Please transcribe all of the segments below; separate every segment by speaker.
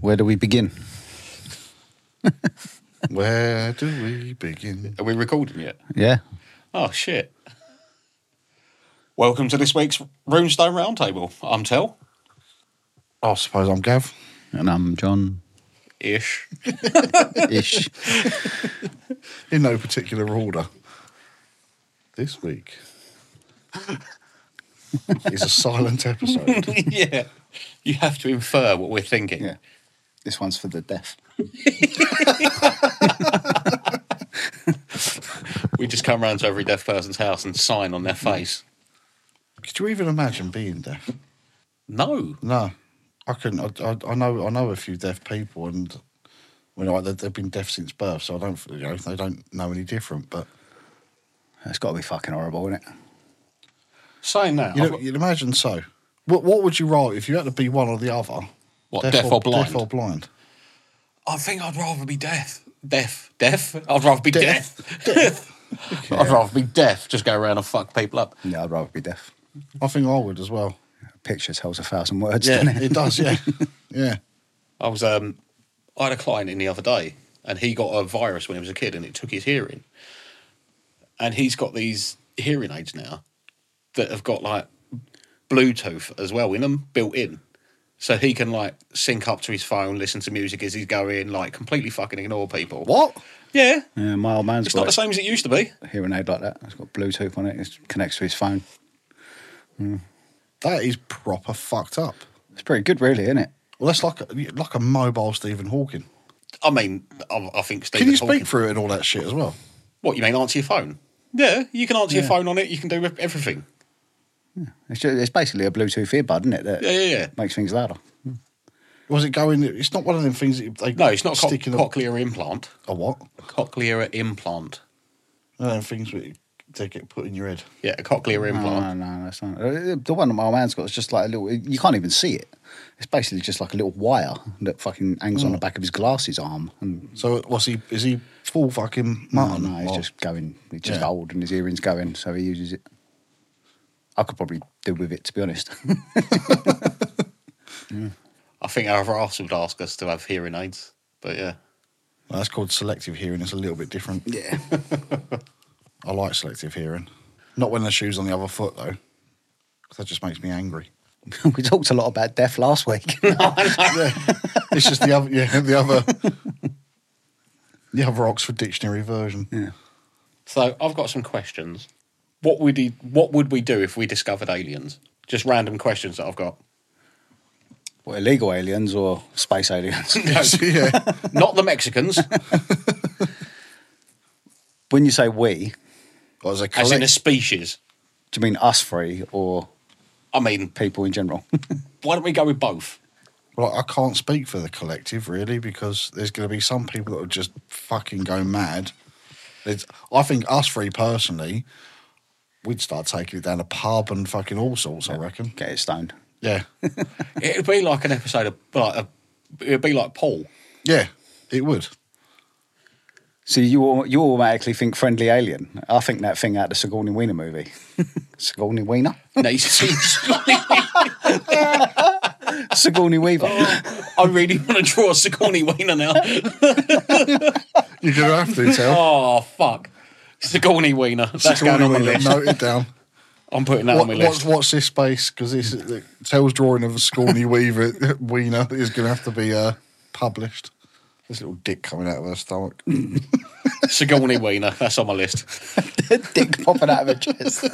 Speaker 1: Where do we begin?
Speaker 2: Where do we begin?
Speaker 3: Are we recording yet?
Speaker 1: Yeah.
Speaker 3: Oh shit! Welcome to this week's Runestone Roundtable. I'm Tel
Speaker 2: Oh, I suppose I'm Gav.
Speaker 1: And I'm John
Speaker 3: ish.
Speaker 1: ish.
Speaker 2: In no particular order. This week is a silent episode.
Speaker 3: yeah, you have to infer what we're thinking.
Speaker 1: yeah. This one's for the deaf.
Speaker 3: We just come round to every deaf person's house and sign on their face.
Speaker 2: Could you even imagine being deaf?
Speaker 3: No,
Speaker 2: No, I couldn't. I, I, I know. I know a few deaf people, and you know, they've, they've been deaf since birth, so I don't. You know, they don't know any different. But
Speaker 1: It's got to be fucking horrible, isn't it?
Speaker 3: saying that,
Speaker 2: you
Speaker 3: I've
Speaker 2: know,
Speaker 3: got-
Speaker 2: you'd imagine so. What What would you rather if you had to be one or the other?
Speaker 3: What, deaf or blind?
Speaker 2: Deaf or blind?
Speaker 3: I think I'd rather be deaf. Deaf, deaf. I'd rather be deaf. I'd rather be deaf. Just go around and fuck people up.
Speaker 1: Yeah, I'd rather be deaf.
Speaker 2: I think I would as well.
Speaker 1: A picture tells a thousand words,
Speaker 2: Yeah,
Speaker 1: doesn't it?
Speaker 2: it does. Yeah, yeah.
Speaker 3: I was um, I had a client in the other day, and he got a virus when he was a kid, and it took his hearing. And he's got these hearing aids now that have got like Bluetooth as well in them, built in, so he can like sync up to his phone, listen to music as he's going, like completely fucking ignore people.
Speaker 2: What?
Speaker 3: Yeah,
Speaker 1: Yeah, my old man's
Speaker 3: it's not the
Speaker 1: got
Speaker 3: same as it used to be.
Speaker 1: a hearing aid like that. It's got Bluetooth on it. It connects to his phone.
Speaker 2: That is proper fucked up.
Speaker 1: It's pretty good, really, isn't it?
Speaker 2: Well, that's like a, like a mobile Stephen Hawking.
Speaker 3: I mean, I, I think Stephen
Speaker 2: Can you
Speaker 3: Hawking-
Speaker 2: speak through it and all that shit as well?
Speaker 3: What you mean? Answer your phone? Yeah, you can answer your
Speaker 1: Yeah.
Speaker 3: phone on it. You can do everything.
Speaker 1: It's, just, it's basically a Bluetooth earbud, isn't it? That
Speaker 3: Yeah, yeah, yeah.
Speaker 1: makes things louder.
Speaker 2: Was it going? It's not one of them things that you- they
Speaker 3: No, it's not a co-
Speaker 2: sticking a,
Speaker 3: cochlear implant.
Speaker 2: a what?
Speaker 3: cochlear implant.
Speaker 2: One of them things that you- they get put in your head.
Speaker 3: Yeah, a cochlear
Speaker 1: No, no,
Speaker 3: implant.
Speaker 1: no, that's not. uh, The one that my man's got is just like a little. You can't even see it. It's basically just like a little wire that fucking hangs on the back of his glasses arm. And
Speaker 2: So what's he? Is he full fucking
Speaker 1: no,
Speaker 2: mutton?
Speaker 1: no, he's
Speaker 2: Or-
Speaker 1: just going. He's just
Speaker 2: Oh, Yeah.
Speaker 1: old, and his earrings going, so he uses it. I could probably do with it, to be honest.
Speaker 3: I think our other arse would ask us to have hearing aids. But yeah.
Speaker 2: Well, that's called selective hearing. It's a little bit different.
Speaker 1: yeah,
Speaker 2: I like selective hearing. Not when the shoes on the other foot though, 'cause that just makes me angry.
Speaker 1: we talked a lot about death last week.
Speaker 2: It's just the other, yeah, the other, the other Oxford Dictionary version.
Speaker 1: yeah.
Speaker 3: So I've got some questions. What would he, what would we do if we discovered aliens? Just random questions that I've got.
Speaker 1: What illegal aliens or space aliens?
Speaker 2: yeah.
Speaker 3: Not the Mexicans,
Speaker 1: when you say we,
Speaker 2: Well, as a
Speaker 3: as in a
Speaker 2: collect-
Speaker 3: species.
Speaker 1: do you mean us three or
Speaker 3: I mean,
Speaker 1: people in general?
Speaker 3: why don't we go with both?
Speaker 2: well, I can't speak for the collective really because there's going to be some people that will just fucking go mad. It's, I think us three personally, we'd start taking it down a pub and fucking all sorts. I reckon.
Speaker 1: Get it stoned.
Speaker 2: Yeah,
Speaker 3: It'd be like an episode of like a, it'd be like Paul.
Speaker 2: yeah, it would.
Speaker 1: So you au- you automatically think friendly alien. I think that thing out of the Sigourney Weaver movie. Sigourney Weaver?
Speaker 3: No, he's-
Speaker 1: Sigourney Weaver.
Speaker 3: Oh. I really want to draw a Sigourney Weaver now.
Speaker 2: You're going to have to tell.
Speaker 3: Oh fuck, Sigourney Weaver. That's going on my list.
Speaker 2: Note it down.
Speaker 3: I'm putting that
Speaker 2: What-
Speaker 3: on my
Speaker 2: what's,
Speaker 3: list.
Speaker 2: what's this space? Because this is- the Tell's drawing of a Scorny Weaver Wiener is going to have to be uh, published. This little dick coming out of her stomach.
Speaker 3: Mm. Sigourney Weaver. That's on my list.
Speaker 1: Dick popping out of her chest.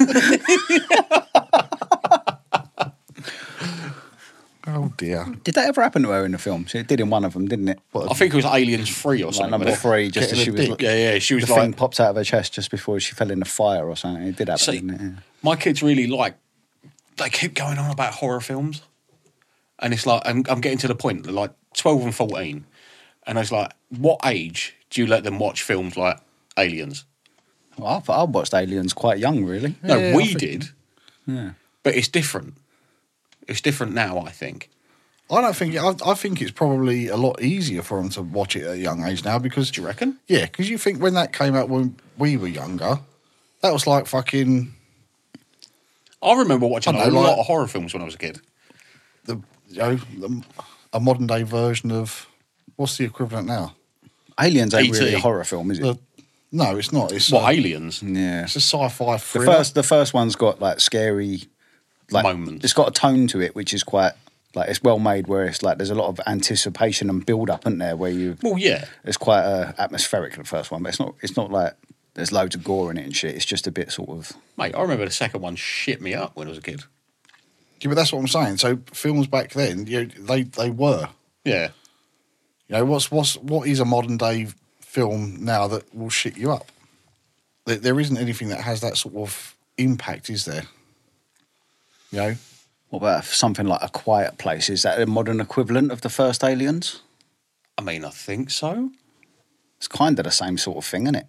Speaker 2: oh dear.
Speaker 1: Did that ever happen to her in the film? She it did in one of them, didn't it?
Speaker 3: I think it was Aliens Three or
Speaker 1: like
Speaker 3: something.
Speaker 1: number
Speaker 3: wasn't it?
Speaker 1: three, just
Speaker 2: Getting
Speaker 1: as she
Speaker 2: a
Speaker 1: was.
Speaker 2: dick.
Speaker 1: Like,
Speaker 3: Yeah, yeah. She was
Speaker 1: the thing
Speaker 3: like,
Speaker 1: popped out of her chest just before she fell in the fire or something. It did happen,
Speaker 3: See-
Speaker 1: didn't it? Yeah.
Speaker 3: my kids really like. They keep going on about horror films, and it's like I'm, I'm getting to the point. They're like twelve and fourteen, and I was like, what age do you let them watch films like Aliens?
Speaker 1: Well, I, thought I watched Aliens quite young, really.
Speaker 3: No,
Speaker 2: Yeah, I
Speaker 3: we
Speaker 2: think-
Speaker 3: did. But it's different. It's different now. I think.
Speaker 2: I don't think. I, I think it's probably a lot easier for them to watch it at a young age now because.
Speaker 3: Do you reckon?
Speaker 2: Yeah, because you think when that came out when we were younger, that was like fucking
Speaker 3: I remember watching
Speaker 2: I know,
Speaker 3: a lot
Speaker 2: like-
Speaker 3: of horror films when I was a kid.
Speaker 2: the you know the, a modern day version of what's the equivalent now?
Speaker 1: Aliens ain't
Speaker 3: E.T..
Speaker 1: really a horror film, is it?
Speaker 2: The- no, it's not. It's
Speaker 3: What
Speaker 2: a,
Speaker 3: aliens?
Speaker 1: yeah.
Speaker 2: it's a sci-fi
Speaker 1: The
Speaker 2: thriller.
Speaker 1: first, the first one's got like scary, like
Speaker 3: Moments.
Speaker 1: It's got a tone to it, which is quite like it's well made. Where it's like there's a lot of anticipation and build up, isn't there? Where you,
Speaker 3: Well, yeah,
Speaker 1: it's quite uh, atmospheric. The first one, but it's not. It's not like there's loads of gore in it and shit. It's just a bit sort of.
Speaker 3: mate. I remember the second one shit me up when I was a kid.
Speaker 2: Yeah, but that's what I'm saying. So films back then, you know, they they were.
Speaker 3: Yeah,
Speaker 2: You know, what's what's what is a modern day film now that will shit you up? There, there isn't anything that has that sort of impact, is there? You know,
Speaker 1: What about uh, something like a quiet place? Is that a modern equivalent of the first Aliens?
Speaker 3: I mean, I think so.
Speaker 1: It's kind of the same sort of thing, isn't it?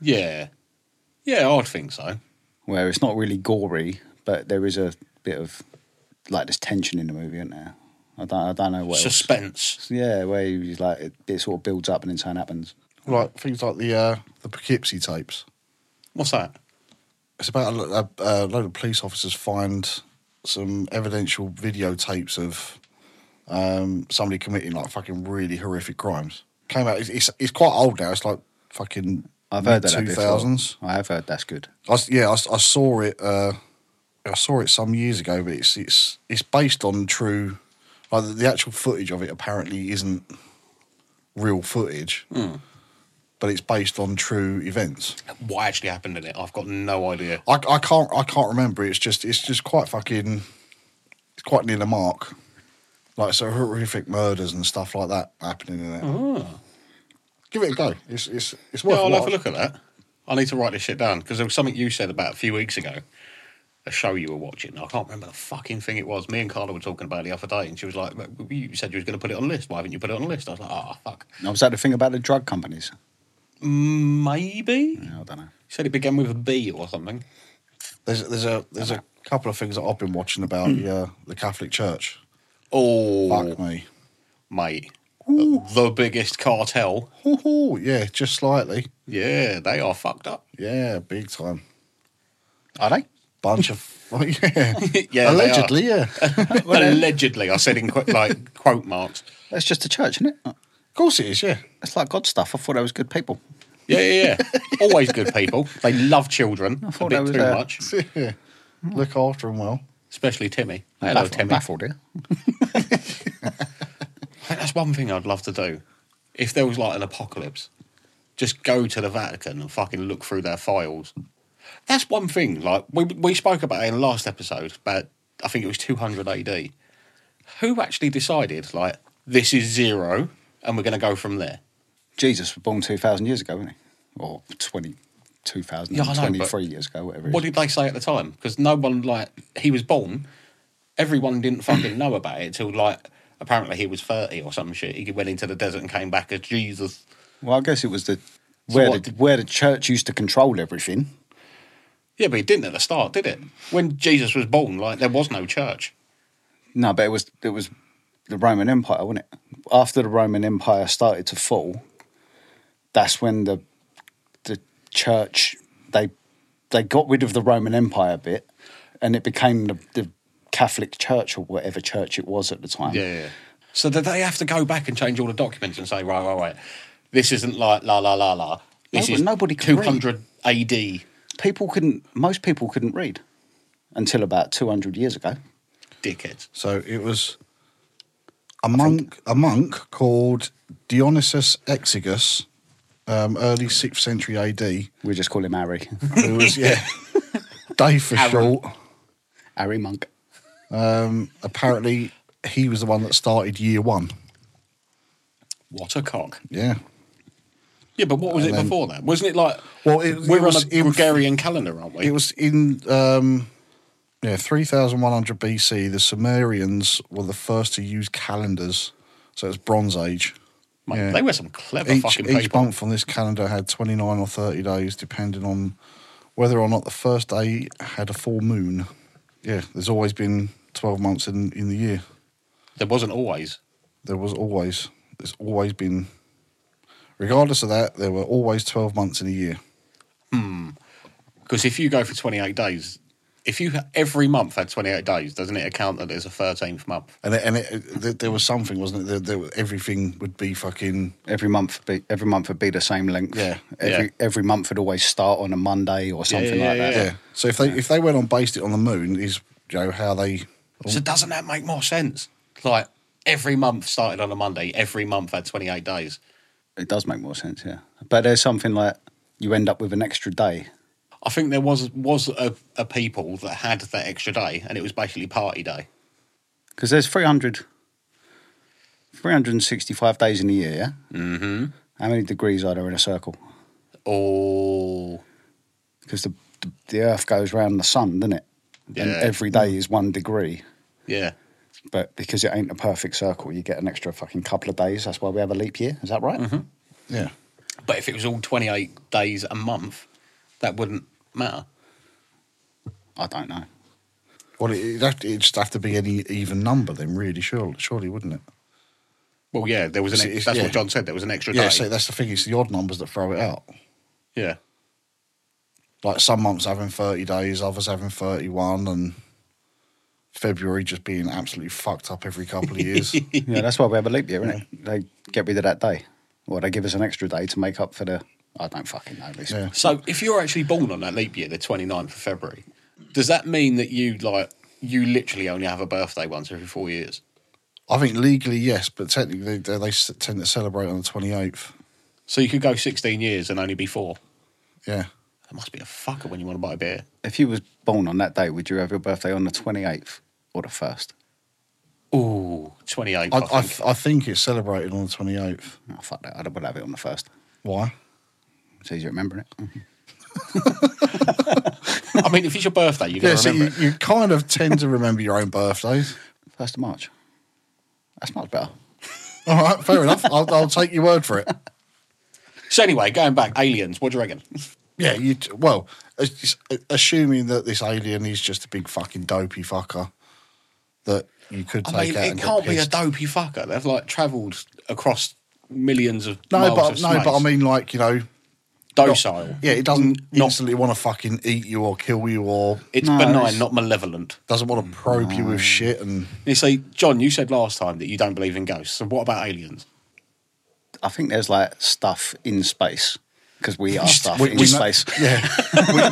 Speaker 3: Yeah, yeah, I'd think so.
Speaker 1: Where it's not really gory, but there is a bit of like there's tension in the movie, isn't there? I don't, I don't know what. else.
Speaker 3: Suspense.
Speaker 1: Yeah, where you like it, it sort of builds up and then something happens.
Speaker 2: like things like the uh, the Poughkeepsie tapes.
Speaker 3: What's that?
Speaker 2: It's about a, lo- a, a load of police officers find some evidential videotapes of um, somebody committing like fucking really horrific crimes. Came out. It's, it's, it's quite old now. It's like fucking.
Speaker 1: I've heard that
Speaker 2: Two
Speaker 1: before.
Speaker 2: thousands.
Speaker 1: I have heard that's good.
Speaker 2: I s yeah, I, s- I saw it. Uh, I saw it some years ago, but it's it's it's based on true. Like the- the actual footage of it apparently isn't real footage,
Speaker 3: Hmm.
Speaker 2: but it's based on true events.
Speaker 3: What actually happened in it? I've got no idea.
Speaker 2: I, I can't I can't remember. It's just it's just quite fucking. It's quite near the mark. Like so horrific murders and stuff like that happening in it. Give it a go. It's it's it's
Speaker 3: Mm-hmm. Yeah,
Speaker 2: Ah. worth.
Speaker 3: I'll
Speaker 2: a
Speaker 3: have a
Speaker 2: watch.
Speaker 3: look at that. I need to write this shit down because there was something you said about a few weeks ago. A show you were watching. I can't remember the fucking thing it was. Me and Carla were talking about it the other day, and she was like, "But "You said you was going to put it on a list. Why haven't you put it on a list?" I was like, "Ah, fuck."
Speaker 1: Now, was that the thing about the drug companies?
Speaker 3: Maybe.
Speaker 1: Yeah, I don't know.
Speaker 3: She said it began with a B or something.
Speaker 2: There's there's a there's a couple of things that I've been watching about
Speaker 3: Hmm.
Speaker 2: the uh, the Catholic Church.
Speaker 3: Oh,
Speaker 2: Fuck me.
Speaker 3: mate, the biggest cartel.
Speaker 2: Ooh, yeah, just slightly.
Speaker 3: Yeah, they are fucked up.
Speaker 2: Yeah, big time.
Speaker 1: Are they?
Speaker 2: Bunch of well, yeah,
Speaker 3: Yeah, they
Speaker 2: allegedly, yeah. of
Speaker 3: Allegedly, I said in qu- like quote marks.
Speaker 1: That's just a church, isn't it?
Speaker 2: course it is. Yeah,
Speaker 1: It's like God stuff. I thought that was good people.
Speaker 3: Yeah, yeah, yeah. Always good people. They love children a
Speaker 1: thought that was,
Speaker 3: bit too
Speaker 1: uh,
Speaker 3: much,
Speaker 2: yeah. Look after them well.
Speaker 3: especially Timmy.
Speaker 1: I'm
Speaker 3: Hello,
Speaker 1: baffled, I'm
Speaker 3: Timmy.
Speaker 1: baffled here.
Speaker 3: I think that's one thing I'd love to do. If there was like an apocalypse, just go to the Vatican and fucking look through their files. That's one thing. Like we we spoke about it in the last episode, but I think it was 200 AD. Who actually decided like this is zero and we're going to go from there?
Speaker 1: Jesus was born 2,000 years ago, wasn't he? Or 20,
Speaker 3: Yeah, I know, but-
Speaker 1: 2,023 years ago, whatever it
Speaker 3: What
Speaker 1: is.
Speaker 3: did they say at the time? Because no one like he was born. Everyone didn't fucking know about it till like apparently he was 30 or some shit. He went into the desert and came back as Jesus.
Speaker 1: Well, I guess it was the where,
Speaker 3: what
Speaker 1: the where the church used to control everything.
Speaker 3: Yeah, but it didn't at the start, did it? When Jesus was born, like there was no church.
Speaker 1: No, but it was it was the Roman Empire, wasn't it? After the Roman Empire started to fall, that's when the the church they they got rid of the Roman Empire bit, and it became the, the Catholic Church or whatever church it was at the time.
Speaker 3: So did they have to go back and change all the documents and say, right, right, right, this isn't like la la la la. This
Speaker 1: Nobody-
Speaker 3: is
Speaker 1: nobody can read.
Speaker 3: 200 AD.
Speaker 1: People couldn't. Most people couldn't read until about two hundred years ago.
Speaker 3: Dickheads.
Speaker 2: So it was a monk, a monk called Dionysius Exigus, um, early sixth century AD.
Speaker 1: We just call him Harry,
Speaker 2: Who was yeah, Dave for short.
Speaker 1: Harry Monk.
Speaker 2: Um, apparently, he was the one that started year one.
Speaker 3: What a cock.
Speaker 2: Yeah.
Speaker 3: Yeah, but what was it
Speaker 2: then-
Speaker 3: before that? Wasn't it like
Speaker 2: Well, it, it
Speaker 3: we're
Speaker 2: was
Speaker 3: on a
Speaker 2: in-
Speaker 3: Gregorian calendar, aren't we?
Speaker 2: It was in um, yeah, 3100 BC. The Sumerians were the first to use calendars, so it's Bronze Age.
Speaker 3: Mate,
Speaker 2: yeah.
Speaker 3: They were some clever
Speaker 2: Each,
Speaker 3: fucking
Speaker 2: each
Speaker 3: people.
Speaker 2: month on this calendar had 29 or 30 days, depending on whether or not the first day had a full moon. Yeah, there's always been 12 months in, in the year.
Speaker 3: There wasn't always.
Speaker 2: There was always, there's always been, regardless of that, there were always 12 months in a year.
Speaker 3: Because if you go for 28 days, if you ha- every month had 28 days, doesn't it account that there's a 13th month?
Speaker 2: And it, and it, th- there was something, wasn't it? There, there, were- everything would be fucking.
Speaker 1: Every month, would be, every month would be the same length.
Speaker 2: Yeah,
Speaker 1: Every
Speaker 3: yeah.
Speaker 1: every month would always start on a Monday or something
Speaker 3: yeah,
Speaker 1: like that.
Speaker 2: Yeah. So if they if they went on based it on the moon is you know how they
Speaker 3: So doesn't that make more sense? Like every month started on a Monday, every month had 28 days.
Speaker 1: It does make more sense. Yeah, but there's something like you end up with an extra day.
Speaker 3: I think there was was a, a people that had that extra day, and it was basically party day.
Speaker 1: because there's 300, 365 days in a year. Yeah? Mm-hmm. How many degrees are there in a circle?
Speaker 3: Oh,
Speaker 1: Because the, the the Earth goes round the sun, doesn't it? And
Speaker 3: Yeah.
Speaker 1: every day is one degree.
Speaker 3: yeah.
Speaker 1: But because it ain't a perfect circle, you get an extra fucking couple of days. That's why we have a leap year. Is that right?
Speaker 2: yeah
Speaker 3: But if it was all 28 days a month, that wouldn't matter.
Speaker 1: I don't know.
Speaker 2: well it it'd have to, it'd just have to be any even number then really surely surely wouldn't it
Speaker 3: Well, yeah, there was an.
Speaker 2: See,
Speaker 3: ex-
Speaker 2: it's-
Speaker 3: that's
Speaker 2: yeah.
Speaker 3: what John said. There was an extra
Speaker 2: yeah
Speaker 3: day.
Speaker 2: so that's the thing it's the odd numbers that throw it out
Speaker 3: yeah.
Speaker 2: like some months having thirty days others having thirty one and February just being absolutely fucked up every couple of years
Speaker 1: yeah, that's why we have a leap year, isn't it? They get rid of that day, or they give us an extra day to make up for the. I don't fucking know. This.
Speaker 2: yeah
Speaker 3: So if you're actually born on that leap year, the 29th of February, does that mean that you like you literally only have a birthday once every four years?
Speaker 2: I think legally yes but technically they, they s- tend to celebrate on the twenty eighth
Speaker 3: So you could go 16 years and only be four.
Speaker 2: yeah
Speaker 3: That must be a fucker when you want to buy a beer.
Speaker 1: If you was born on that day, would you have your birthday on the twenty eighth or the first?
Speaker 3: Ooh, 28.
Speaker 2: I
Speaker 3: I,
Speaker 2: I,
Speaker 3: think.
Speaker 2: I think it's celebrated on the twenty eighth
Speaker 1: Oh, fuck that. I'd have it on the first.
Speaker 2: why
Speaker 1: It's easier remembering it.
Speaker 3: I mean, if it's your birthday, you're
Speaker 2: yeah
Speaker 3: going to
Speaker 2: so
Speaker 3: remember
Speaker 2: you,
Speaker 3: it.
Speaker 2: you kind of tend to remember your own birthdays.
Speaker 1: First of March. That's much better.
Speaker 2: All right, fair enough. I'll, I'll take your word for it.
Speaker 3: So anyway, going back, aliens. What do you reckon?
Speaker 2: Yeah, you well, as- assuming that this alien is just a big fucking dopey fucker that you could take
Speaker 3: I mean,
Speaker 2: out.
Speaker 3: it
Speaker 2: and get
Speaker 3: can't be a
Speaker 2: pissed.
Speaker 3: dopey fucker. They've like travelled across millions of
Speaker 2: No,
Speaker 3: miles
Speaker 2: but
Speaker 3: of
Speaker 2: no, but I
Speaker 3: space.
Speaker 2: mean, like you know,
Speaker 3: docile.
Speaker 2: yeah, it doesn't
Speaker 3: Not-
Speaker 2: instantly want to fucking eat you or kill you or
Speaker 3: It's
Speaker 1: No,
Speaker 3: benign,
Speaker 1: it's-
Speaker 3: not malevolent.
Speaker 2: doesn't want to probe you
Speaker 3: Mm.
Speaker 2: with shit. And
Speaker 3: You see, John, you said last time that you don't believe in ghosts. So what about aliens?
Speaker 1: I think there's like stuff in space because we are stuff
Speaker 2: we-
Speaker 1: in
Speaker 2: we know-
Speaker 1: space.
Speaker 2: yeah,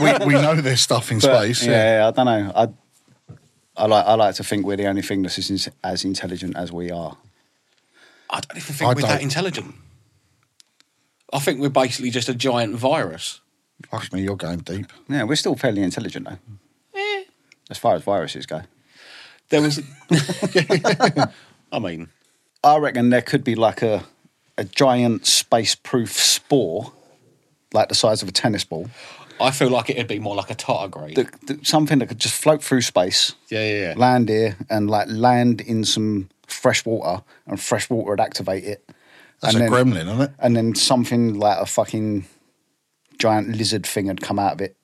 Speaker 2: we, we, we know there's stuff in
Speaker 1: But,
Speaker 2: space. Yeah.
Speaker 1: Yeah, yeah, I don't know. I, I like I like to think we're the only thing that's as, in- as intelligent as we are.
Speaker 3: I don't even
Speaker 2: I
Speaker 3: think we're that
Speaker 2: don't.
Speaker 3: intelligent. I think we're basically just a giant virus.
Speaker 2: fuck me, you're going deep.
Speaker 1: Yeah, we're still fairly intelligent though, as far as viruses go.
Speaker 3: There was, I mean,
Speaker 1: I reckon there could be like a a giant space-proof spore, like the size of a tennis ball,
Speaker 3: I feel like it'd be more like a tardigrade.
Speaker 1: that, that something that could just float through space.
Speaker 3: yeah, yeah, yeah.
Speaker 1: land here and like land in some fresh water and fresh water would activate it.
Speaker 2: That's
Speaker 1: and
Speaker 2: a
Speaker 1: then,
Speaker 2: gremlin, isn't it?
Speaker 1: And then something like a fucking giant lizard thing would come out of it.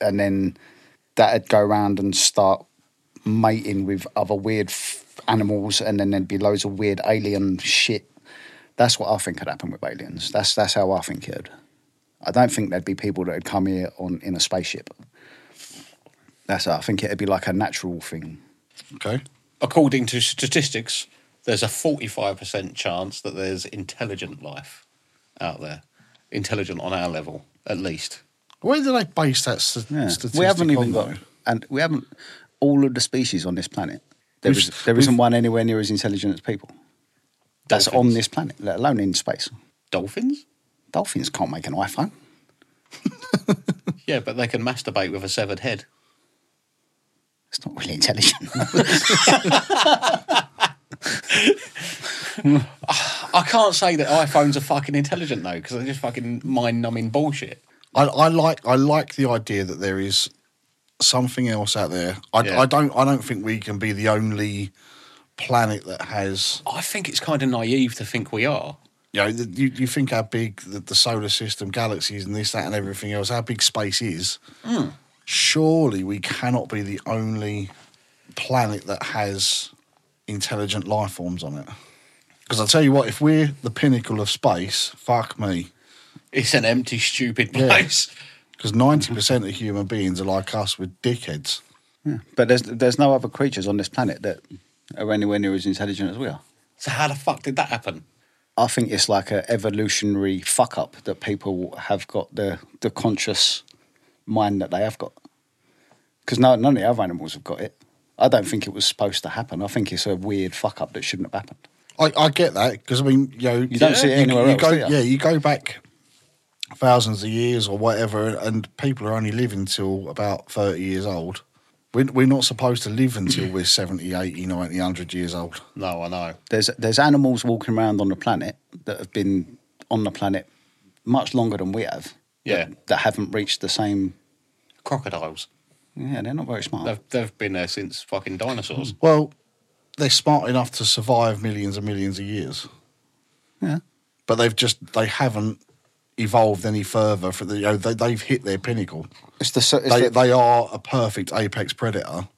Speaker 1: And then that'd go around and start mating with other weird f- animals. And then there'd be loads of weird alien shit. That's what I think could happen with aliens. That's that's how I think it'd. I don't think there'd be people that would come here on in a spaceship. That's how I think it'd be like a natural thing.
Speaker 2: Okay.
Speaker 3: According to statistics, there's a 45% chance that there's intelligent life out there, intelligent on our level, at least.
Speaker 2: Where do they base that st-
Speaker 1: Yeah.
Speaker 2: statistic
Speaker 1: We haven't
Speaker 2: on,
Speaker 1: even got,
Speaker 2: though?
Speaker 1: and we haven't all of the species on this planet. There
Speaker 2: We've-
Speaker 1: is there isn't one anywhere near as intelligent as people. That's
Speaker 3: Dolphins.
Speaker 1: on this planet, let alone in space.
Speaker 3: Dolphins?
Speaker 1: Dolphins can't make an iPhone.
Speaker 3: Yeah, but they can masturbate with a severed head.
Speaker 1: It's not really intelligent.
Speaker 3: I can't say that iPhones are fucking intelligent though, because they're just fucking mind numbing bullshit.
Speaker 2: I, I like I like the idea that there is something else out there. I,
Speaker 3: Yeah.
Speaker 2: I don't I don't think we can be the only planet that has
Speaker 3: I think it's kind of naive to think we are.
Speaker 2: you know the, you, you think how big the, the solar system, galaxies, and this that and everything else, how big space is.
Speaker 1: Hmm.
Speaker 2: Surely we cannot be the only planet that has intelligent life forms on it. Because I tell you what, if we're the pinnacle of space, fuck me.
Speaker 3: It's an empty, stupid
Speaker 2: Yeah.
Speaker 3: place.
Speaker 2: Because ninety percent of human beings are like us with dickheads.
Speaker 1: But there's there's no other creatures on this planet that are anywhere near as intelligent as we are.
Speaker 3: So how the fuck did that happen?
Speaker 1: I think it's like an evolutionary fuck up that people have got the the conscious mind that they have got. Because no, none of the other animals have got it. I don't think it was supposed to happen. I think it's a weird fuck up that shouldn't have happened.
Speaker 2: I, I get that because I mean, you know,
Speaker 1: You don't see it anywhere
Speaker 2: you
Speaker 1: else,
Speaker 2: Go,
Speaker 1: do you?
Speaker 2: Yeah, you go back thousands of years or whatever, and people are only living till about thirty years old. We're, we're not supposed to live until we're 70, 80, 90, 100 years old.
Speaker 3: No, I know.
Speaker 1: There's there's animals walking around on the planet that have been on the planet much longer than we have.
Speaker 3: Yeah.
Speaker 1: That, that haven't reached the same.
Speaker 3: Crocodiles.
Speaker 1: Yeah, they're not very
Speaker 2: Oh.
Speaker 1: smart.
Speaker 3: They've, they've been there since fucking dinosaurs.
Speaker 2: Well, they're smart enough to survive millions and millions of years,
Speaker 1: yeah.
Speaker 2: but they've just they haven't evolved any further. For the you know, they, they've hit their pinnacle.
Speaker 1: It's the, so- it's
Speaker 2: They,
Speaker 1: the-
Speaker 2: they are a perfect apex predator.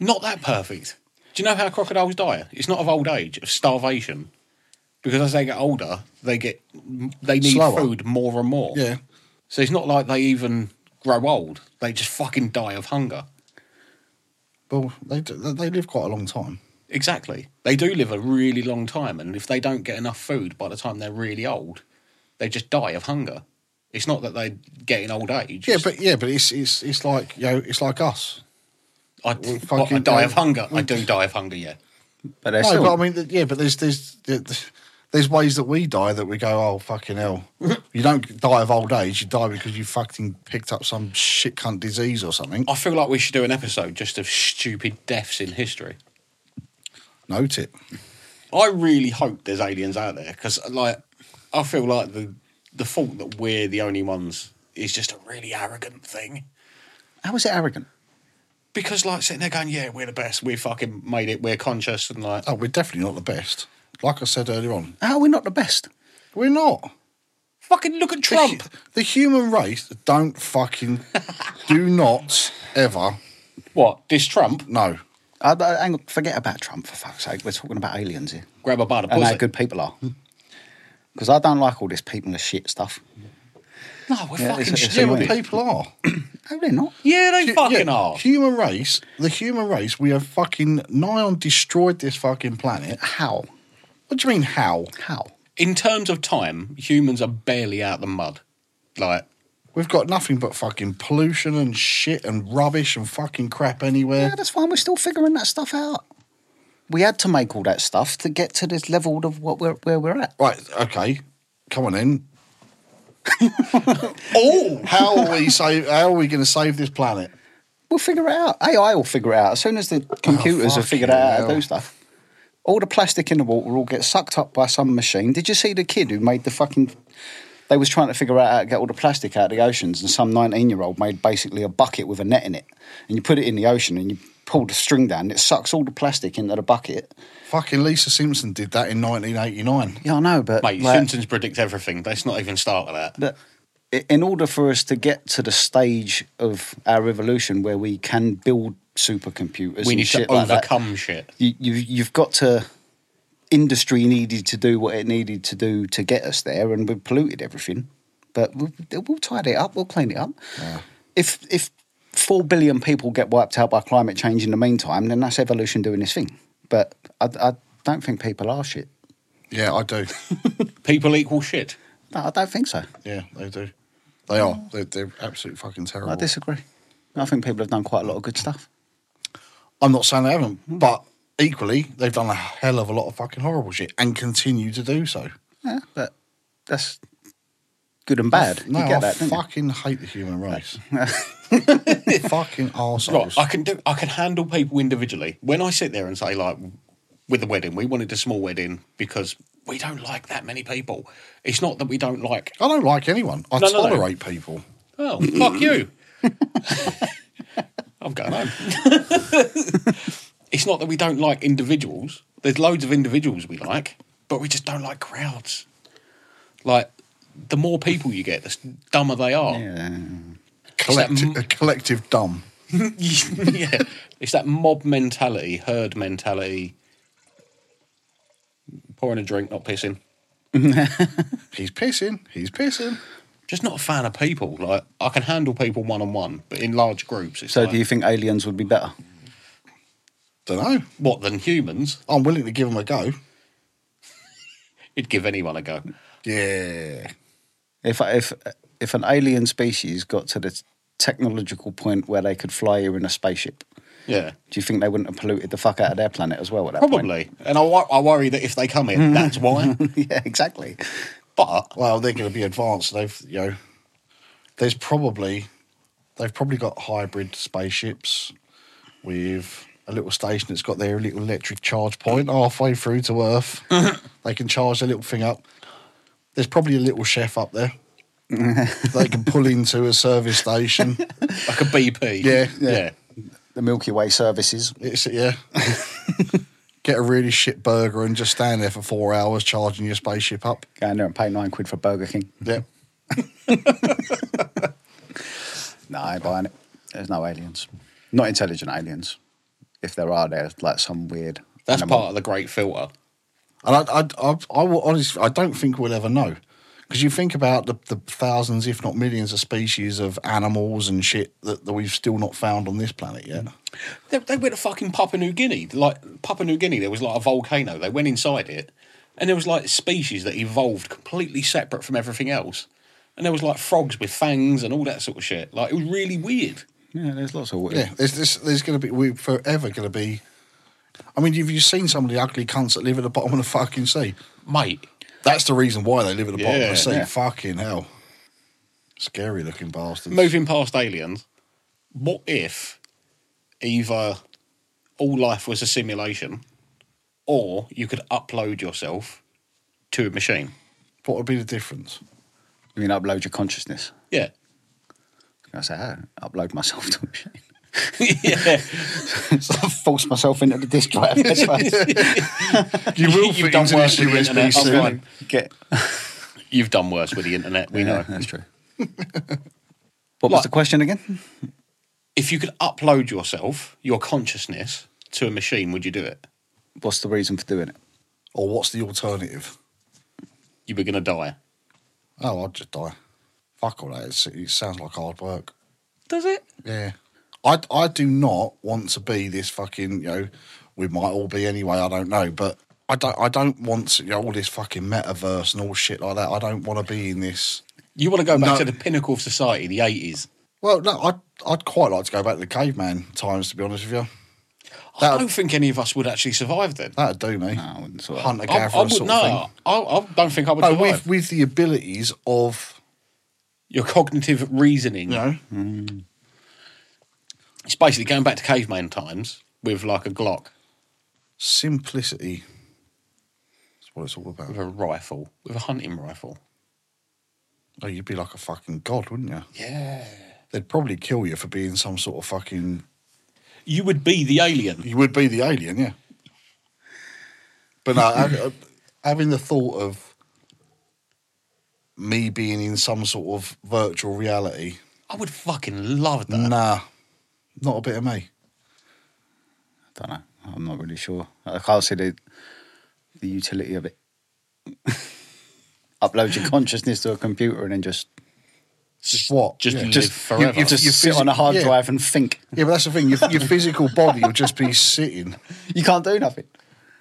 Speaker 2: Hmm.
Speaker 3: Not that perfect. Do you know how crocodiles die? It's not of old age, of starvation. Because as they get older, they get they need
Speaker 2: Slower.
Speaker 3: food more and more.
Speaker 2: Yeah,
Speaker 3: So it's not like they even grow old. They just fucking die of hunger.
Speaker 2: well, they do, they live quite a long time.
Speaker 3: Exactly. They do live a really long time, and if they don't get enough food by the time they're really old, they just die of hunger. It's not that they get in old age.
Speaker 2: Yeah,
Speaker 3: it's-
Speaker 2: but yeah, but it's it's it's like you know, it's like us.
Speaker 3: I,
Speaker 2: we
Speaker 3: what, I
Speaker 2: fucking
Speaker 3: die
Speaker 2: die.
Speaker 3: of hunger. I do die of hunger. Yeah.
Speaker 1: but they're
Speaker 2: no,
Speaker 1: still.
Speaker 2: but I mean, th- yeah, but there's there's there's ways that we die that we go, oh fucking hell. you don't die of old age. You die because you fucking picked up some shit cunt disease or something.
Speaker 3: I feel like we should do an episode just of stupid deaths in history.
Speaker 2: Note it.
Speaker 3: I really hope there's aliens out there because, like, I feel like the the thought that we're the only ones is just a really arrogant thing.
Speaker 1: How is it arrogant?
Speaker 3: Because, like, sitting there going, "Yeah, we're the best. We fucking made it. We're conscious," and like,
Speaker 2: Oh, we're definitely not the best. Like I said earlier on,
Speaker 1: How are we not the best?
Speaker 2: we're not.
Speaker 3: fucking look at
Speaker 2: The hu-
Speaker 3: Trump.
Speaker 2: the human race, don't fucking, do not ever.
Speaker 3: What? This Trump?
Speaker 2: No,
Speaker 1: I, I, Uh, hang on, forget about Trump for fuck's sake. We're talking about aliens here
Speaker 3: Grab a bar of
Speaker 1: and how
Speaker 3: pussy.
Speaker 1: good people are. Because I don't like all this people and shit stuff.
Speaker 3: No, we're
Speaker 1: Yeah,
Speaker 3: fucking
Speaker 1: it's- it's
Speaker 2: yeah, but
Speaker 1: annoying.
Speaker 3: stupid.
Speaker 2: people are.
Speaker 1: No, they're not.
Speaker 3: Yeah, they
Speaker 2: Hu-
Speaker 3: fucking
Speaker 2: yeah,
Speaker 3: are.
Speaker 2: Human race, the human race, we have fucking nigh on destroyed this fucking planet.
Speaker 1: How?
Speaker 2: What do you mean, how?
Speaker 1: How?
Speaker 3: In terms of time, humans are barely out the mud. Like,
Speaker 2: We've got nothing but fucking pollution and shit and rubbish and fucking crap
Speaker 1: Yeah,
Speaker 2: anywhere.
Speaker 1: that's fine. We're still figuring that stuff out. We had to make all that stuff to get to this level of what we're, where we're at.
Speaker 2: Right, okay, come on in.
Speaker 3: oh,
Speaker 2: How are we save? How are we going to save this planet?
Speaker 1: We'll figure it out. AI will figure it out. As soon as the computers have
Speaker 2: fucking
Speaker 1: figured out how to
Speaker 2: hell.
Speaker 1: do stuff, all the plastic in the water will get sucked up by some machine. Did you see the kid who made the fucking. They was trying to figure out how to get all the plastic out of the oceans, and some 19 year old made basically a bucket with a net in it. And you put it in the ocean and you pull the string down, and it sucks all the plastic into the bucket.
Speaker 2: Fucking Lisa Simpson did that in 1989.
Speaker 1: Yeah, I know, but.
Speaker 3: mate,
Speaker 1: like-
Speaker 3: Simpsons predict everything. Let's not even start with that.
Speaker 1: that i- in order for us to get to the stage of our revolution where we can build supercomputers,
Speaker 3: We
Speaker 1: and
Speaker 3: need to
Speaker 1: shit like that,
Speaker 3: overcome shit.
Speaker 1: you, you, you've got to. Industry needed to do what it needed to do to get us there, and we've polluted everything. But we'll, we'll tidy it up. We'll clean it up. If if four billion people get wiped out by climate change in the meantime, then that's evolution doing this thing. But I, I don't think people are shit.
Speaker 2: Yeah, I do.
Speaker 3: People equal shit.
Speaker 1: No, I don't think so.
Speaker 2: yeah, they do. They are. They're, they're absolutely fucking terrible.
Speaker 1: I disagree. I think people have done quite a lot of good stuff.
Speaker 2: I'm not saying they haven't,
Speaker 1: Hmm.
Speaker 2: but equally, they've done a hell of a lot of fucking horrible shit and continue to do so.
Speaker 1: Yeah, but that's good and bad.
Speaker 2: No,
Speaker 1: you get
Speaker 2: I
Speaker 1: that, don't you?
Speaker 2: fucking hate the human race. fucking arseholes.
Speaker 3: Right, I can do. I can handle people individually. When I sit there and say, like, with the wedding, we wanted a small wedding because we don't like that many people. It's not that we don't like.
Speaker 2: I don't like anyone. I
Speaker 3: No, no, no.
Speaker 2: tolerate people.
Speaker 3: Oh, fuck you. I'm going home. it's not that we don't like individuals. There's loads of individuals we like, but we just don't like crowds. Like, the more people you get, the s- dumber they are.
Speaker 1: Yeah.
Speaker 2: Collective,
Speaker 3: m-
Speaker 1: mm?
Speaker 2: a collective dumb.
Speaker 3: yeah, it's that mob mentality, herd mentality. Pouring a drink, not pissing.
Speaker 2: He's pissing. He's pissing.
Speaker 3: just not a fan of people. Like I can handle people one on one, but in large groups, it's
Speaker 1: So,
Speaker 3: like,
Speaker 1: do you think aliens would be better?
Speaker 2: Don't know.
Speaker 3: what than humans?
Speaker 2: I'm willing to give them a go.
Speaker 3: You'd give anyone a go.
Speaker 2: Yeah.
Speaker 1: If if if an alien species got to the technological point where they could fly you in a spaceship,
Speaker 3: Yeah,
Speaker 1: do you think they wouldn't have polluted the fuck out of their planet as well? At that Point?
Speaker 3: probably. And I, wor- I worry that if they come in, that's why.
Speaker 1: yeah, exactly.
Speaker 3: But
Speaker 2: Well, they're going to be advanced. They've you know, there's probably they've probably got hybrid spaceships with a little station that's got their little electric charge point halfway through to Earth. they can charge their little thing up. There's probably a little chef up there. they can pull into a service station.
Speaker 3: like a BP.
Speaker 2: Yeah, yeah.
Speaker 3: yeah.
Speaker 1: The Milky Way services.
Speaker 2: It's yeah. Get a really shit burger and just stand there for four hours charging your spaceship up.
Speaker 1: Go in there and pay nine quid for Burger King.
Speaker 2: Yeah.
Speaker 1: No, I ain't buying it. There's no aliens. Not intelligent aliens. If there are, there's like some weird.
Speaker 3: That's
Speaker 1: animal.
Speaker 3: part of the great filter.
Speaker 2: And I, I, I, I will honestly, I don't think we'll ever know. Because you think about the, the thousands, if not millions, of species of animals and shit that, that we've still not found on this planet yet.
Speaker 3: They, they went to fucking Papua New Guinea. Like Papua New Guinea, there was like a volcano. They went inside it, and there was like species that evolved completely separate from everything else. And there was like frogs with fangs and all that sort of shit. Like it was really weird.
Speaker 1: Yeah, there's lots of weird.
Speaker 2: Yeah, there's this, there's going to be, we're forever going to be. I mean, have you seen some of the ugly cunts that live at the bottom of the fucking sea?
Speaker 3: Mate,
Speaker 2: That's the reason why they live at the bottom of
Speaker 3: Yeah,
Speaker 2: the sea.
Speaker 1: yeah.
Speaker 2: Fucking hell. Scary looking bastards.
Speaker 3: moving past aliens, what if either all life was a simulation or you could upload yourself to a machine?
Speaker 2: What would be the difference?
Speaker 1: You mean upload your consciousness?
Speaker 3: Yeah.
Speaker 1: I say, oh, upload myself to a machine.
Speaker 3: yeah.
Speaker 1: So I force myself into the disk drive. That's fine.
Speaker 2: You
Speaker 3: You've done worse than the internet, I'm fine.
Speaker 1: Get.
Speaker 3: You've done worse with the internet, we know.
Speaker 1: that's true. what was
Speaker 3: Like-
Speaker 1: the question again?
Speaker 3: If you could upload yourself, your consciousness, to a machine, would you do it?
Speaker 1: What's the reason for doing it?
Speaker 2: Or what's the alternative?
Speaker 3: You were going to die.
Speaker 2: Oh, I'd just die. Fuck all that. It's, it sounds like hard work.
Speaker 3: Does it?
Speaker 2: Yeah. I, I do not want to be this fucking, you know, we might all be anyway, I don't know, but I don't I don't want to, you know, all this fucking metaverse and all shit like that. I don't want to be in this.
Speaker 3: You want to go
Speaker 2: No.
Speaker 3: back to the pinnacle of society, the 80s.
Speaker 2: Well, no, I'd, I'd quite like to go back to the caveman times, to be honest with you.
Speaker 3: I
Speaker 2: That'd-
Speaker 3: don't think any of us would actually survive then.
Speaker 2: That'd do me.
Speaker 1: I wouldn't sort of-
Speaker 2: Hunter
Speaker 3: I, I
Speaker 2: gatherer
Speaker 3: would,
Speaker 2: sort of
Speaker 3: no,
Speaker 2: thing. Oh,
Speaker 3: I, I don't think I would
Speaker 2: No,
Speaker 3: survive.
Speaker 2: with, with the abilities of,
Speaker 3: your cognitive reasoning. Mm.
Speaker 2: you know,
Speaker 3: It's basically going back to caveman times with like a Glock,
Speaker 2: simplicity. That's what it's all about.
Speaker 3: with a rifle, with a hunting rifle.
Speaker 2: Oh, you'd be like a fucking god, wouldn't you?
Speaker 3: Yeah.
Speaker 2: They'd probably kill you for being some sort of fucking.
Speaker 3: You would be the alien.
Speaker 2: You would be the alien, yeah. But no, hav- having the thought of me being in some sort of virtual reality,
Speaker 3: I would fucking love that.
Speaker 2: nah, not a bit of me.
Speaker 1: I don't know. I'm not really sure. I can't see the the utility of it. Upload your consciousness to a computer and then just
Speaker 2: Just what?
Speaker 3: Just
Speaker 2: yeah.
Speaker 3: live
Speaker 1: just
Speaker 3: forever.
Speaker 1: You, you just
Speaker 2: Your
Speaker 1: sit on a
Speaker 2: physi-
Speaker 1: hard
Speaker 2: yeah.
Speaker 1: drive and think.
Speaker 2: yeah, but that's the thing. Your, your physical body will just be sitting.
Speaker 1: You can't do nothing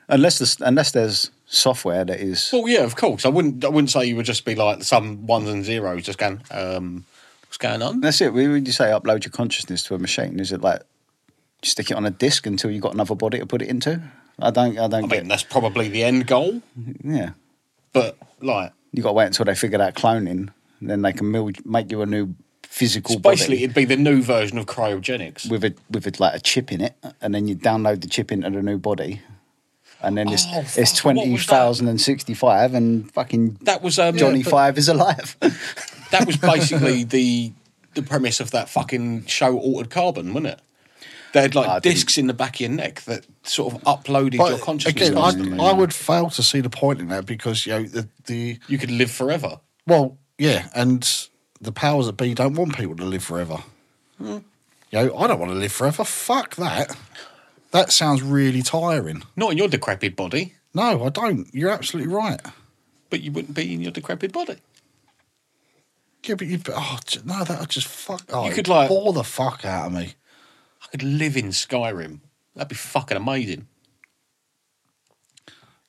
Speaker 1: unless there's unless there's software that is.
Speaker 3: well, yeah, of course. I wouldn't. I wouldn't say you would just be like some ones and zeros, just going, um, "What's going on?"
Speaker 1: That's it. When you say upload your consciousness to a machine, is it like you stick it on a disc until you got another body to put it into? I don't. I don't
Speaker 3: I
Speaker 1: get.
Speaker 3: mean, that's probably the end goal,
Speaker 1: yeah,
Speaker 3: but like,
Speaker 1: you got to wait until they figure out cloning, and then they can mil- make you a new physical
Speaker 3: it's basically,
Speaker 1: body.
Speaker 3: it'd be the new version of cryogenics.
Speaker 1: with a with a, like a chip in it, and then you download the chip into the new body, and then it's
Speaker 3: Oh,
Speaker 1: it's
Speaker 3: fuck, what
Speaker 1: twenty
Speaker 3: was that?
Speaker 1: thousand and sixty five, and fucking
Speaker 3: That was um,
Speaker 1: Johnny
Speaker 3: but
Speaker 1: Five is alive.
Speaker 3: That was basically the the premise of that fucking show, Altered Carbon, wasn't it? They had like
Speaker 1: I didn't-
Speaker 3: discs in the back of your neck that sort of uploaded your
Speaker 2: But
Speaker 3: consciousness.
Speaker 2: again,
Speaker 3: constantly.
Speaker 2: I, I would fail to see the point in that because you know the, the
Speaker 3: you could live forever.
Speaker 2: Well, yeah, and the powers that be don't want people to live forever.
Speaker 3: Hmm.
Speaker 2: You know, I don't want to live forever. Fuck that. That sounds really tiring.
Speaker 3: Not in your decrepit body,
Speaker 2: No, I don't. You're absolutely right.
Speaker 3: but you wouldn't be in your decrepit body.
Speaker 2: Yeah, but you oh j- no, that would just fuck. Oh,
Speaker 3: You
Speaker 2: it
Speaker 3: could, like-
Speaker 2: bore the fuck out of me.
Speaker 3: I could live in Skyrim. That'd be fucking amazing.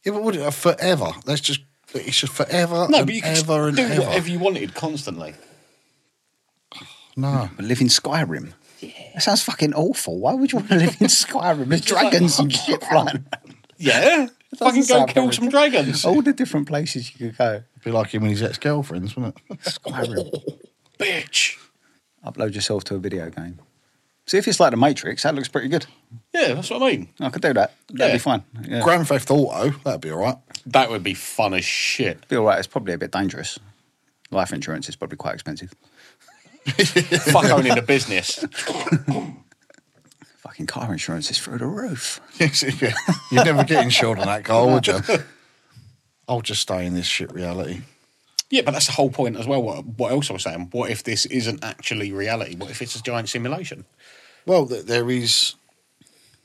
Speaker 2: Yeah, but would it uh, forever? That's just it's just forever.
Speaker 3: No,
Speaker 2: and
Speaker 3: but you could
Speaker 2: ever and
Speaker 3: do
Speaker 2: ever.
Speaker 3: whatever you wanted constantly.
Speaker 2: No,
Speaker 1: But live in Skyrim. That sounds fucking awful. Why would you want to live in Skyrim? There's dragons and shit flying. around.
Speaker 3: Yeah. Fucking go
Speaker 1: sound
Speaker 3: kill
Speaker 1: very
Speaker 3: some dragons.
Speaker 1: All the different places you could go.
Speaker 2: it'd be like him and his ex girlfriends, wouldn't it?
Speaker 1: Skyrim.
Speaker 3: Bitch.
Speaker 1: Upload yourself to a video game. See if it's like the Matrix. That looks pretty good.
Speaker 3: Yeah, that's what I mean.
Speaker 1: I could do that. That'd
Speaker 3: Yeah.
Speaker 1: be fine. Yeah.
Speaker 2: Grand Theft Auto, that'd be all right.
Speaker 3: That would be fun as shit.
Speaker 1: Be all right. It's probably a bit dangerous. Life insurance is probably quite expensive.
Speaker 3: Fuck owning a business.
Speaker 1: Fucking car insurance is through the roof.
Speaker 2: Yes, yeah. You'd never get insured on that car, would you? I'll just stay in this shit reality.
Speaker 3: Yeah, but that's the whole point as well. What, what else I was saying? What if this isn't actually reality? What if it's a giant simulation?
Speaker 2: Well, th- there is.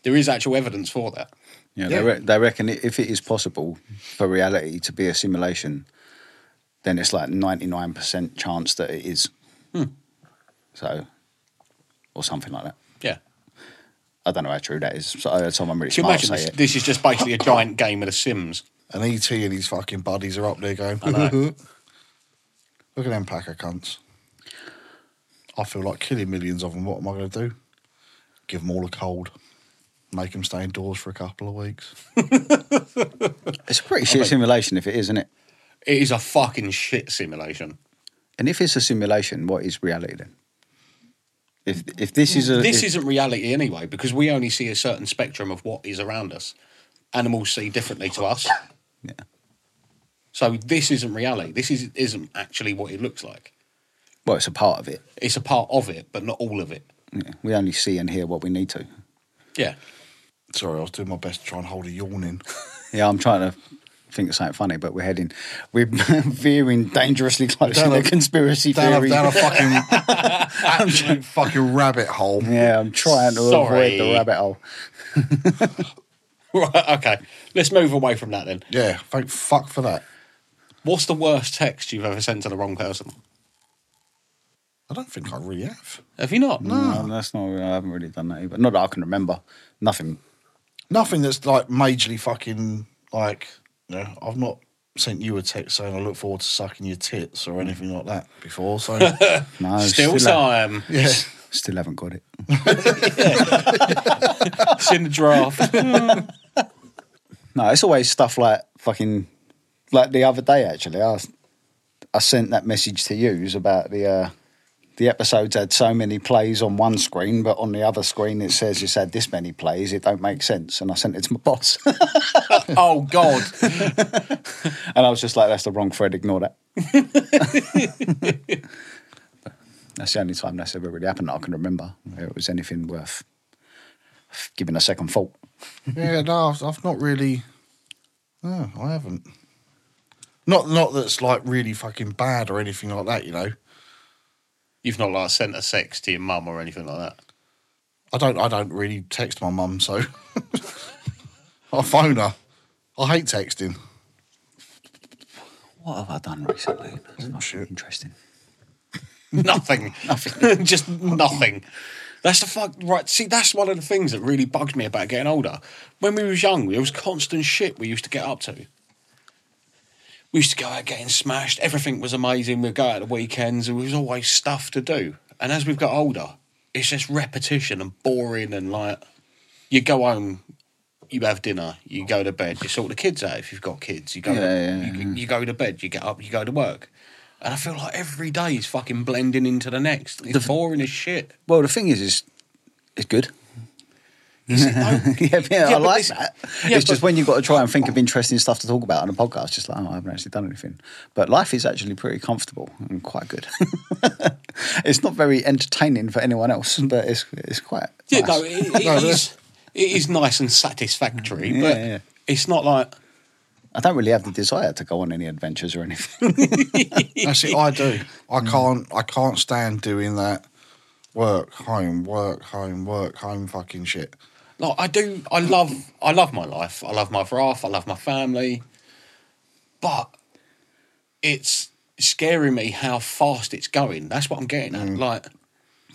Speaker 3: There is actual evidence for that.
Speaker 1: Yeah,
Speaker 2: Yeah.
Speaker 1: They, re- they reckon i- if it is possible for reality to be a simulation, then it's like 99% chance that it is.
Speaker 3: Hmm.
Speaker 1: So, or something like that.
Speaker 3: Yeah.
Speaker 1: I don't know how true that is. So I heard someone really
Speaker 3: Can you
Speaker 1: smart
Speaker 3: imagine
Speaker 1: say
Speaker 3: this,
Speaker 1: it.
Speaker 3: this is just basically a giant game of The Sims?
Speaker 2: And ET E and his fucking buddies are up there going,
Speaker 3: know.
Speaker 2: look at them pack of cunts. I feel like killing millions of them. What am I going to do? Give them all a cold. Make them stay indoors for a couple of weeks.
Speaker 1: It's a pretty shit simulation if it is, isn't it?
Speaker 3: It is a fucking shit simulation.
Speaker 1: And if it's a simulation, what is reality then? If if this is a
Speaker 3: this
Speaker 1: if-
Speaker 3: isn't reality anyway because we only see a certain spectrum of what is around us. Animals see differently to us.
Speaker 1: Yeah.
Speaker 3: So this isn't reality. This is, isn't actually what it looks like.
Speaker 1: well, it's a part of it.
Speaker 3: It's a part of it, but not all of it.
Speaker 1: Yeah. We only see and hear what we need to.
Speaker 3: Yeah.
Speaker 2: Sorry, I was doing my best to try and hold a yawn in.
Speaker 1: Yeah, I'm trying to think of something funny, but we're heading, we're veering dangerously close
Speaker 2: Down
Speaker 1: to
Speaker 2: a-
Speaker 1: the conspiracy
Speaker 2: down, a,
Speaker 1: theory.
Speaker 2: down a fucking absolute fucking rabbit hole.
Speaker 1: yeah, I'm trying to
Speaker 3: Sorry.
Speaker 1: avoid the rabbit hole.
Speaker 3: Right. Okay. Let's move away from that then.
Speaker 2: Yeah, thank fuck for that.
Speaker 3: What's the worst text you've ever sent to the wrong person?
Speaker 2: I don't think I really have.
Speaker 3: Have you not?
Speaker 1: No, that's not. I haven't really done that either. Not that I can remember. Nothing.
Speaker 2: Nothing that's like majorly fucking like. You know, I've not sent you a text saying I look forward to sucking your tits or anything like that before. So
Speaker 1: No,
Speaker 3: Still,
Speaker 1: ha-
Speaker 3: time.
Speaker 2: yeah,
Speaker 1: still haven't got it.
Speaker 3: It's in the draft.
Speaker 1: No, it's always stuff like fucking, like the other day actually. I, I sent that message to yous about the uh, the episodes had so many plays on one screen, but on the other screen it says it's had this many plays. It don't make sense, and I sent it to my boss,
Speaker 3: oh God.
Speaker 1: and I was just like, "That's the wrong thread. Ignore that." that's the only time that's ever really happened that I can remember. Where it was anything worth giving a second thought.
Speaker 2: yeah. No, I've, I've not really. No, I haven't. Not not that's like really fucking bad or anything like that. You know,
Speaker 3: You've not like sent a sex to your mum or anything like that.
Speaker 2: I don't I don't really text my mum, so I phone her. I hate texting.
Speaker 1: What have I done recently? That's not
Speaker 2: shit.
Speaker 1: interesting.
Speaker 3: nothing. nothing. Just nothing. That's the fuck right. See, that's one of the things that really bugged me about getting older. When we was young, there was constant shit we used to get up to. We used to go out getting smashed. Everything was amazing. We'd go out the weekends, and there was always stuff to do. And as we've got older, it's just repetition and boring. And like, you go home, you have dinner, you go to bed, you sort the kids out if you've got kids. You go,
Speaker 1: Yeah, yeah,
Speaker 3: you, you go to bed, you get up, you go to work. And I feel like every day is fucking blending into the next. It's boring as shit.
Speaker 1: Well, the thing is, is it's good.
Speaker 3: Is it though?
Speaker 1: yeah, yeah,
Speaker 3: Yeah,
Speaker 1: I
Speaker 3: but
Speaker 1: like
Speaker 3: this-
Speaker 1: that.
Speaker 3: yeah,
Speaker 1: it's
Speaker 3: but-
Speaker 1: just when you've got to try and think of interesting stuff to talk about on a podcast, just like, oh, I haven't actually done anything. But life is actually pretty comfortable and quite good. it's not very entertaining for anyone else, but it's it's quite.
Speaker 3: Yeah,
Speaker 1: nice.
Speaker 3: no, it, it
Speaker 2: No,
Speaker 3: is. It is nice and satisfactory,
Speaker 1: Yeah,
Speaker 3: but
Speaker 1: yeah.
Speaker 3: it's not like
Speaker 1: I don't really have the desire to go on any adventures or anything.
Speaker 2: That's it. I do. I can't. I can't stand doing that. Work home, work home, work home, fucking shit.
Speaker 3: like I do. I love. I love my life. I love my life. I love my family. But it's scaring me how fast it's going. That's what I'm getting at. Like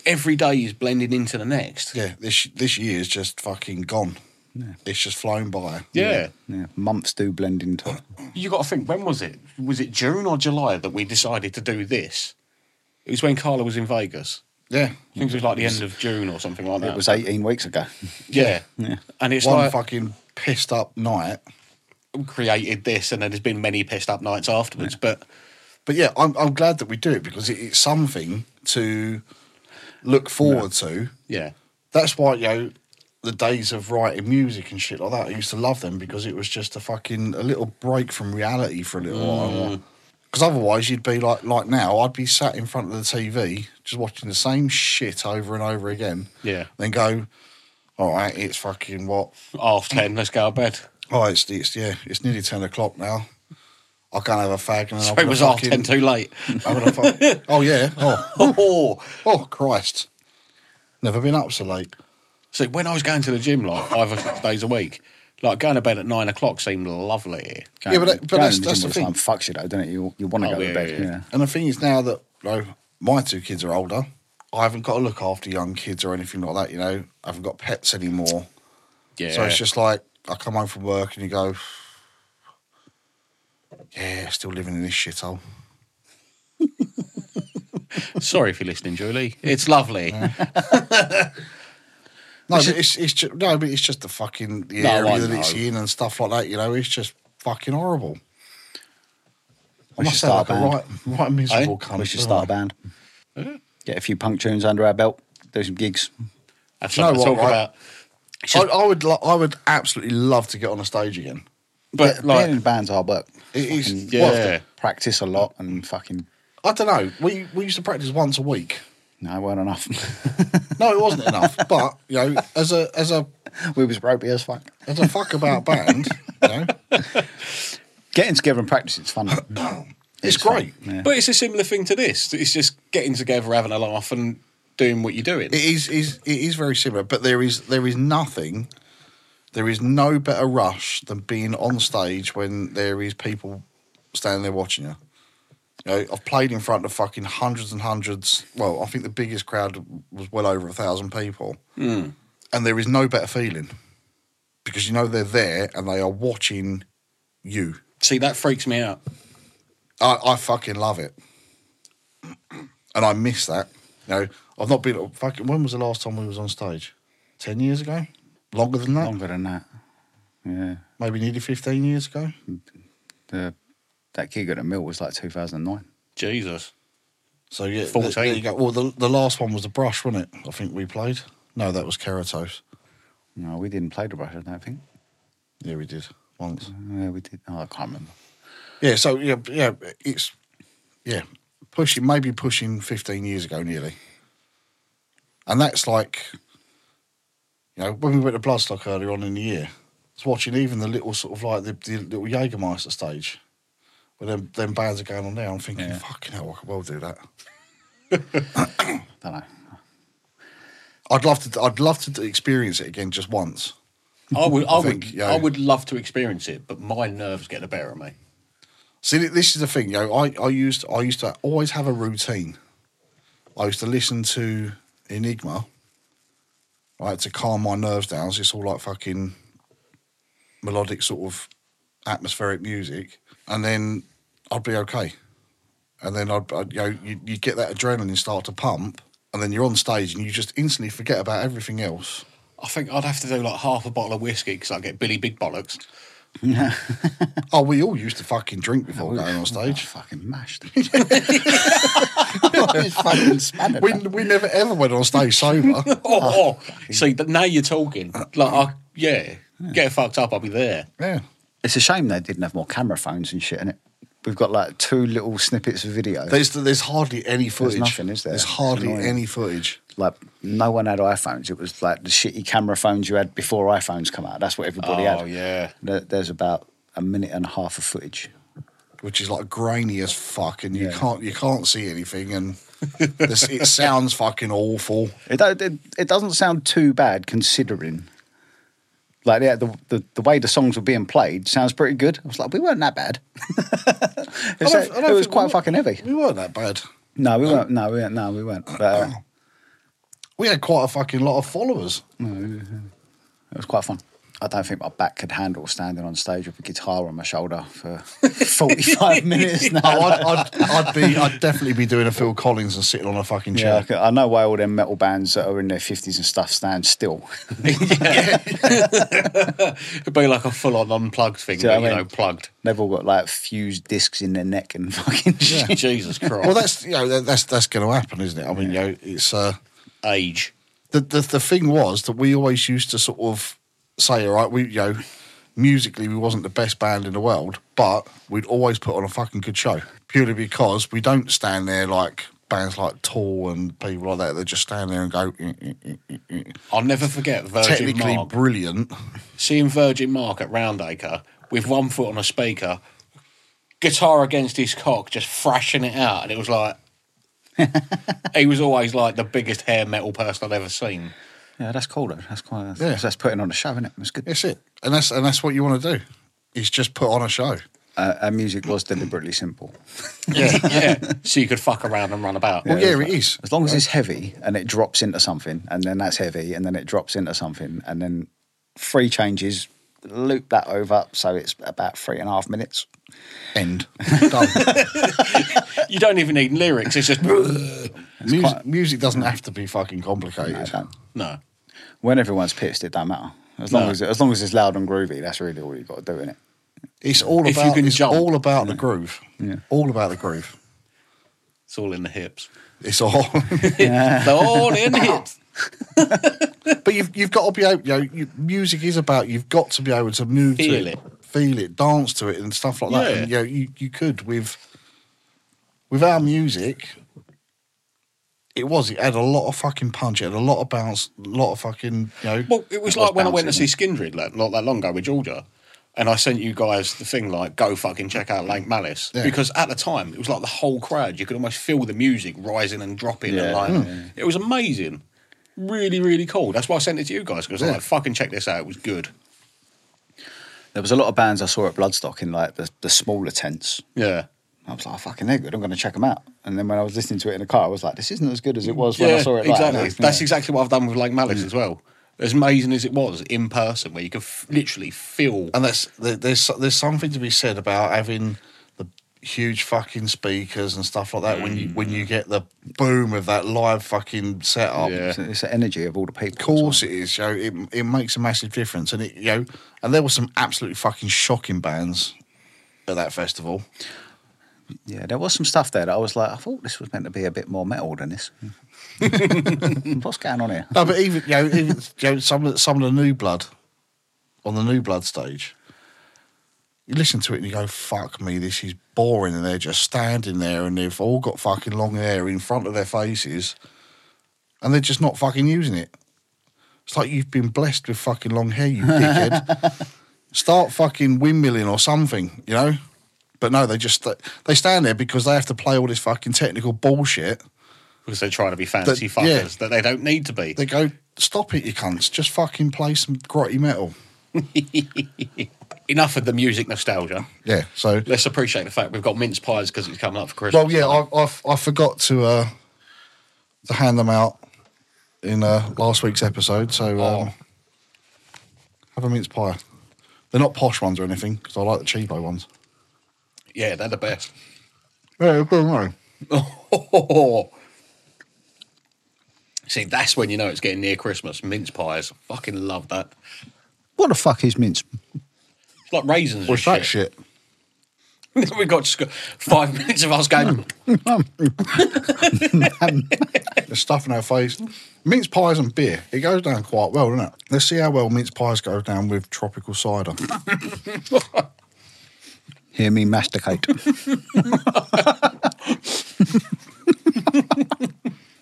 Speaker 3: every day is blending into the next.
Speaker 2: Yeah, this this year is just fucking gone. It's just flown by.
Speaker 3: Yeah.
Speaker 1: Yeah, months do blend into it.
Speaker 3: You got to think, when was it? Was it June or July that we decided to do this? It was when Carla was in Vegas.
Speaker 2: Yeah.
Speaker 3: I think it was like the end of June or something like that.
Speaker 1: It was 18 weeks ago.
Speaker 3: yeah. And it's
Speaker 2: One
Speaker 3: like
Speaker 2: fucking pissed up night.
Speaker 3: created this, and then there's been many pissed up nights afterwards. But
Speaker 2: But yeah, I'm, I'm glad that we do it because it, it's something to look forward to.
Speaker 3: yeah,
Speaker 2: That's why, you know, the days of writing music and shit like that, I used to love them because it was just a fucking, a little break from reality for a little
Speaker 3: Hmm.
Speaker 2: while. Because otherwise you'd be like, like now, I'd be sat in front of the TV just watching the same shit over and over again.
Speaker 3: Yeah.
Speaker 2: Then go, all right, it's fucking what?
Speaker 3: half 10, let's go to bed.
Speaker 2: Oh, it's, it's yeah, it's nearly 10 o'clock now. I can't have a fag. And
Speaker 3: So
Speaker 2: I'm
Speaker 3: it
Speaker 2: gonna
Speaker 3: was half
Speaker 2: Oh, fucking-
Speaker 3: 10 too late.
Speaker 2: I'm gonna fuck. oh yeah. Oh.
Speaker 3: oh.
Speaker 2: oh Christ. Never been up so late.
Speaker 3: So when I was going to the gym like five or six days a week, like going to bed at nine o'clock seemed lovely.
Speaker 1: Going-
Speaker 2: but that- but
Speaker 1: going
Speaker 2: that's-
Speaker 1: to
Speaker 2: that's
Speaker 1: gym
Speaker 2: the
Speaker 1: all time
Speaker 2: thing.
Speaker 1: fucks you though, don't it? You, you want to
Speaker 3: Oh,
Speaker 1: go
Speaker 3: yeah,
Speaker 1: to bed.
Speaker 3: yeah,
Speaker 1: Yeah,
Speaker 3: yeah.
Speaker 2: And the thing is now that you know, my two kids are older, I haven't got to look after young kids or anything like that. You know, I haven't got pets anymore.
Speaker 3: Yeah.
Speaker 2: So it's just like I come home from work and you go, yeah, still living in this shithole.
Speaker 3: Sorry if you're listening, Julie. It's lovely.
Speaker 2: No, but it's it's just, no, but it's just the fucking the
Speaker 3: No, I
Speaker 2: area that
Speaker 3: know.
Speaker 2: it's in and stuff like that. You know, it's just fucking horrible. I
Speaker 1: We
Speaker 2: must
Speaker 1: should
Speaker 2: sound
Speaker 1: start
Speaker 2: like
Speaker 1: a
Speaker 2: a right, right miserable cunt.
Speaker 1: we should
Speaker 2: don't
Speaker 1: start a
Speaker 2: I?
Speaker 1: band. Get a few punk tunes under our belt, do some gigs.
Speaker 3: That's
Speaker 2: You know
Speaker 3: something to
Speaker 2: what,
Speaker 3: talk
Speaker 2: right?
Speaker 3: about. It's just-
Speaker 2: I, I would, lo- I would absolutely love to get on a stage again.
Speaker 3: But
Speaker 1: Being in
Speaker 3: like,
Speaker 1: bands hard work.
Speaker 2: It is-
Speaker 1: Fucking-
Speaker 3: yeah.
Speaker 1: practice a lot and fucking
Speaker 2: I don't know. We we used to practice once a week.
Speaker 1: no, weren't enough.
Speaker 2: No, it wasn't enough. But you know, as a as a
Speaker 1: we was ropey as fuck.
Speaker 2: as a fuck about band, you know,
Speaker 1: Getting together and practicing is fun.
Speaker 2: it's, great.
Speaker 1: fun, yeah.
Speaker 3: but it's a similar thing to this. It's just getting together, having a laugh, and doing what you're doing.
Speaker 2: It is is it is very similar. But there is there is nothing. There is no better rush than being on stage when there is people standing there watching you. You know, I've played in front of fucking hundreds and hundreds. Well, I think the biggest crowd was well over a thousand people, and there is no better feeling because you know they're there and they are watching you.
Speaker 3: See, that freaks me out.
Speaker 2: I, I fucking love it, and I miss that. You know, I've not been fucking. When was the last time we was on stage? Ten years ago? Longer than that?
Speaker 1: Longer than that. Yeah.
Speaker 2: Maybe nearly fifteen years ago.
Speaker 1: The that gig at the mill was like two thousand and nine.
Speaker 3: Jesus.
Speaker 2: So yeah, th-
Speaker 3: 14.
Speaker 2: there you go. Well, the, the last one was the brush, wasn't it? I think we played. No, that was Keratos.
Speaker 1: No, we didn't play the brush, I don't think.
Speaker 2: Yeah, we did once.
Speaker 1: Yeah, we did. Oh, I can't remember.
Speaker 2: Yeah, so yeah, yeah, it's yeah, pushing maybe pushing fifteen years ago nearly, and that's like, you know, when we went to Bloodstock earlier on in the year, I was watching even the little sort of like the, the little Jägermeister stage, where them, them bands are going on there. I'm thinking,
Speaker 1: Yeah.
Speaker 2: fucking hell, I could well do that.
Speaker 1: don't know.
Speaker 2: I'd love to, I'd love to experience it again just once.
Speaker 3: I would, I,
Speaker 2: I
Speaker 3: would,
Speaker 2: think, yeah.
Speaker 3: I would love to experience it, but my nerves get the better of me.
Speaker 2: See, th- this is the thing, you know. I, I used I used to always have a routine. I used to listen to Enigma. Right to calm my nerves down. So it's all like fucking melodic sort of atmospheric music, and then I'd be okay. And then I'd, I'd you know you you get that adrenaline start to pump, and then you're on stage and you just instantly forget about everything else.
Speaker 3: I think I'd have to do like half a bottle of whiskey because I get Billy Big Bollocks.
Speaker 2: Oh, we all used to fucking drink before going on
Speaker 1: Oh,
Speaker 2: stage.
Speaker 1: fucking mashed. I was fucking spattered.
Speaker 2: We, we never ever went on stage sober.
Speaker 3: Oh, oh. see, th- now you're talking. Like, I, yeah, get fucked up, I'll be there.
Speaker 2: Yeah.
Speaker 1: It's a shame they didn't have more camera phones and shit in it. We've got like two little snippets of video.
Speaker 2: There's there's hardly any footage.
Speaker 1: nothing, is there?
Speaker 2: There's
Speaker 1: It's
Speaker 2: hardly
Speaker 1: annoying.
Speaker 2: any footage.
Speaker 1: like no one had iPhones. It was like the shitty camera phones you had before iPhones come out. That's what everybody
Speaker 3: Oh,
Speaker 1: had.
Speaker 3: yeah.
Speaker 1: There- There's about a minute and a half of footage.
Speaker 2: Which is like grainy as fuck, and you
Speaker 1: Yeah.
Speaker 2: can't you can't see anything, and this, it sounds fucking awful.
Speaker 1: It, don't- it, it doesn't sound too bad considering Like yeah, the, the the way the songs were being played sounds pretty good. I was like, we weren't that bad. It's
Speaker 2: don't-
Speaker 1: like-
Speaker 2: I don't
Speaker 1: it was
Speaker 2: think we
Speaker 1: quite
Speaker 2: were.
Speaker 1: fucking heavy.
Speaker 2: We weren't that bad.
Speaker 1: No, we weren't. No, we weren't. No, we weren't. But, uh,
Speaker 2: We had quite a fucking lot of followers.
Speaker 1: It was quite fun. I don't think my back could handle standing on stage with a guitar on my shoulder for 45 minutes now.
Speaker 2: Oh, I'd, I'd, I'd be, I'd definitely be doing a Phil Collins and sitting on a fucking
Speaker 1: Yeah, I
Speaker 2: chair.
Speaker 1: can- I know why all them metal bands that are in their 50s and stuff stand still.
Speaker 3: It'd be like a full on unplugged thing,
Speaker 1: Do you know
Speaker 3: but
Speaker 1: what I
Speaker 3: you know,
Speaker 1: mean?
Speaker 3: plugged.
Speaker 1: They've all got like fused discs in their neck and fucking shit.
Speaker 3: Jesus Christ.
Speaker 2: Well, that's you know that, that's that's going to happen, isn't it? I mean, you know, it's uh,
Speaker 3: age.
Speaker 2: the, the the thing was that we always used to sort of say, all right, we you know, musically we wasn't the best band in the world, but we'd always put on a fucking good show purely because we don't stand there like bands like Tool and people like that. They just stand there and go "Mm, mm, mm, mm, mm."
Speaker 3: I'll never forget Virgin
Speaker 2: technically
Speaker 3: Mark.
Speaker 2: brilliant.
Speaker 3: Seeing Virgin Mark at Roundacre with one foot on a speaker, guitar against his cock, just thrashing it out. And it was like, he was always like the biggest hair metal person I'd ever seen.
Speaker 1: Yeah, that's cool though. That's quite, that's,
Speaker 2: Yeah.
Speaker 1: that's putting on a show, isn't it? It's good.
Speaker 2: That's it, and that's and that's what you want to do. Is just put on a show.
Speaker 1: Uh, our music was deliberately simple.
Speaker 3: Yeah. yeah. So you could fuck around and run about.
Speaker 2: Well, yeah, it is.
Speaker 1: As long as it's heavy and it drops into something, and then that's heavy, and then it drops into something, and then three changes, loop that over so it's about three and a half minutes.
Speaker 2: End. Done.
Speaker 3: You don't even need lyrics. It's just,
Speaker 2: music, music doesn't have to be fucking complicated.
Speaker 1: So
Speaker 3: no.
Speaker 1: when everyone's pissed, it don't matter. As long
Speaker 3: No.
Speaker 1: as as long as it's loud and groovy, that's really all you've got to do in it.
Speaker 2: It's all
Speaker 3: If you
Speaker 2: about
Speaker 3: can
Speaker 2: it's
Speaker 3: jump.
Speaker 2: all about the groove.
Speaker 1: Yeah.
Speaker 2: All about the groove.
Speaker 3: It's all in the hips.
Speaker 2: It's all.
Speaker 3: It's all in the hips.
Speaker 2: but you've you've got to be able. You know, you, music is about. You've got to be able to move
Speaker 3: Feel
Speaker 2: to
Speaker 3: it.
Speaker 2: feel it, dance to it, and stuff like that.
Speaker 3: Yeah.
Speaker 2: And you, know, you you could with with our music. It was. It had a lot of fucking punch. It had a lot of bounce. A lot of fucking. You know.
Speaker 3: Well, it was
Speaker 1: It
Speaker 3: like
Speaker 1: was
Speaker 3: when I went to see
Speaker 1: bouncing.
Speaker 3: Skindred like, not that long ago with Georgia, and I sent you guys the thing like, go fucking check out Lank Malice.
Speaker 2: Yeah.
Speaker 3: Because at the time, it was like the whole crowd. You could almost feel the music rising and dropping.
Speaker 1: Yeah.
Speaker 3: And like, It was amazing. Really, really cool. That's why I sent it to you guys because
Speaker 2: Yeah.
Speaker 3: like, fucking check this out. It was good.
Speaker 1: There was a lot of bands I saw at Bloodstock in like the, the smaller tents.
Speaker 3: Yeah.
Speaker 1: I was like, oh, fucking, they're good. I'm going to check them out. And then when I was listening to it in the car, I was like, this isn't as good as it was when I saw it. live.
Speaker 3: exactly.
Speaker 1: Yeah.
Speaker 3: That's exactly what I've done with Lank
Speaker 2: Mm.
Speaker 3: Malice as well. As amazing as it was in person, where you could f- literally feel.
Speaker 2: and that's there- there's there's something to be said about having the huge fucking speakers and stuff like that when
Speaker 3: Mm.
Speaker 2: you when you get the boom of that live fucking setup.
Speaker 3: Yeah.
Speaker 1: It's, it's the energy of all the people.
Speaker 2: Of course it is, you know, it it makes a massive difference, and it you know, and there were some absolutely fucking shocking bands at that festival.
Speaker 1: Yeah, there was some stuff there that I was like, I thought this was meant to be a bit more metal than this. What's going on here?
Speaker 2: No, but even you know, even you know, some of the- some of the new blood on the new blood stage. You listen to it and you go, "Fuck me, this is boring." And they're just standing there, and they've all got fucking long hair in front of their faces, and they're just not fucking using it. It's like you've been blessed with fucking long hair, you dickhead. Start fucking windmilling or something, you know. But no, they just they stand there because they have to play all this fucking technical bullshit.
Speaker 3: Because they're trying to be fancy
Speaker 2: That-
Speaker 3: fuckers
Speaker 2: yeah.
Speaker 3: that they don't need to be.
Speaker 2: They go, stop it, you cunts. Just fucking play some grotty metal.
Speaker 3: Enough of the music nostalgia.
Speaker 2: Yeah. So,
Speaker 3: Let's appreciate the fact we've got mince pies because it's coming up for Christmas.
Speaker 2: well, yeah, I, I, I forgot to uh, to hand them out in uh, last week's episode. So, um,
Speaker 3: Oh.
Speaker 2: have a mince pie. They're not posh ones or anything because I like the cheapo ones.
Speaker 3: yeah, they're the best.
Speaker 2: Yeah, good, no.
Speaker 3: See, that's when you know it's getting near Christmas. Mince pies, fucking love that.
Speaker 1: What the fuck is mince?
Speaker 3: It's like raisins.
Speaker 2: What's
Speaker 3: and
Speaker 2: that shit?
Speaker 3: shit. we got just got five minutes of us going.
Speaker 2: The stuff in our face. Mince pies and beer. It goes down quite well, doesn't it? Let's see how well mince pies go down with tropical cider.
Speaker 1: Hear me masticate.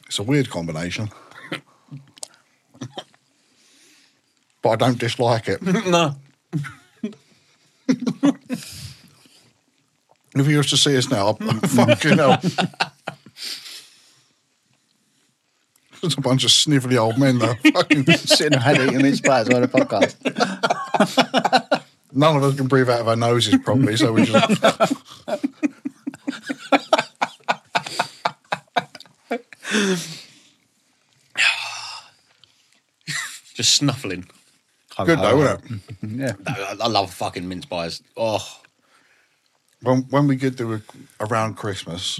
Speaker 2: It's a weird combination. but I don't dislike it.
Speaker 3: no,
Speaker 2: If you was to see us now, I'm fucking hell. There's a bunch of snivelly old men there. Fucking
Speaker 1: Sitting around eating mince pies on a podcast.
Speaker 2: None of us can breathe out of our noses properly, so we just.
Speaker 3: Just snuffling.
Speaker 2: Good though, wasn't it?
Speaker 1: Yeah.
Speaker 3: I, I love fucking mince pies. Oh,
Speaker 2: when when we get to a, around Christmas,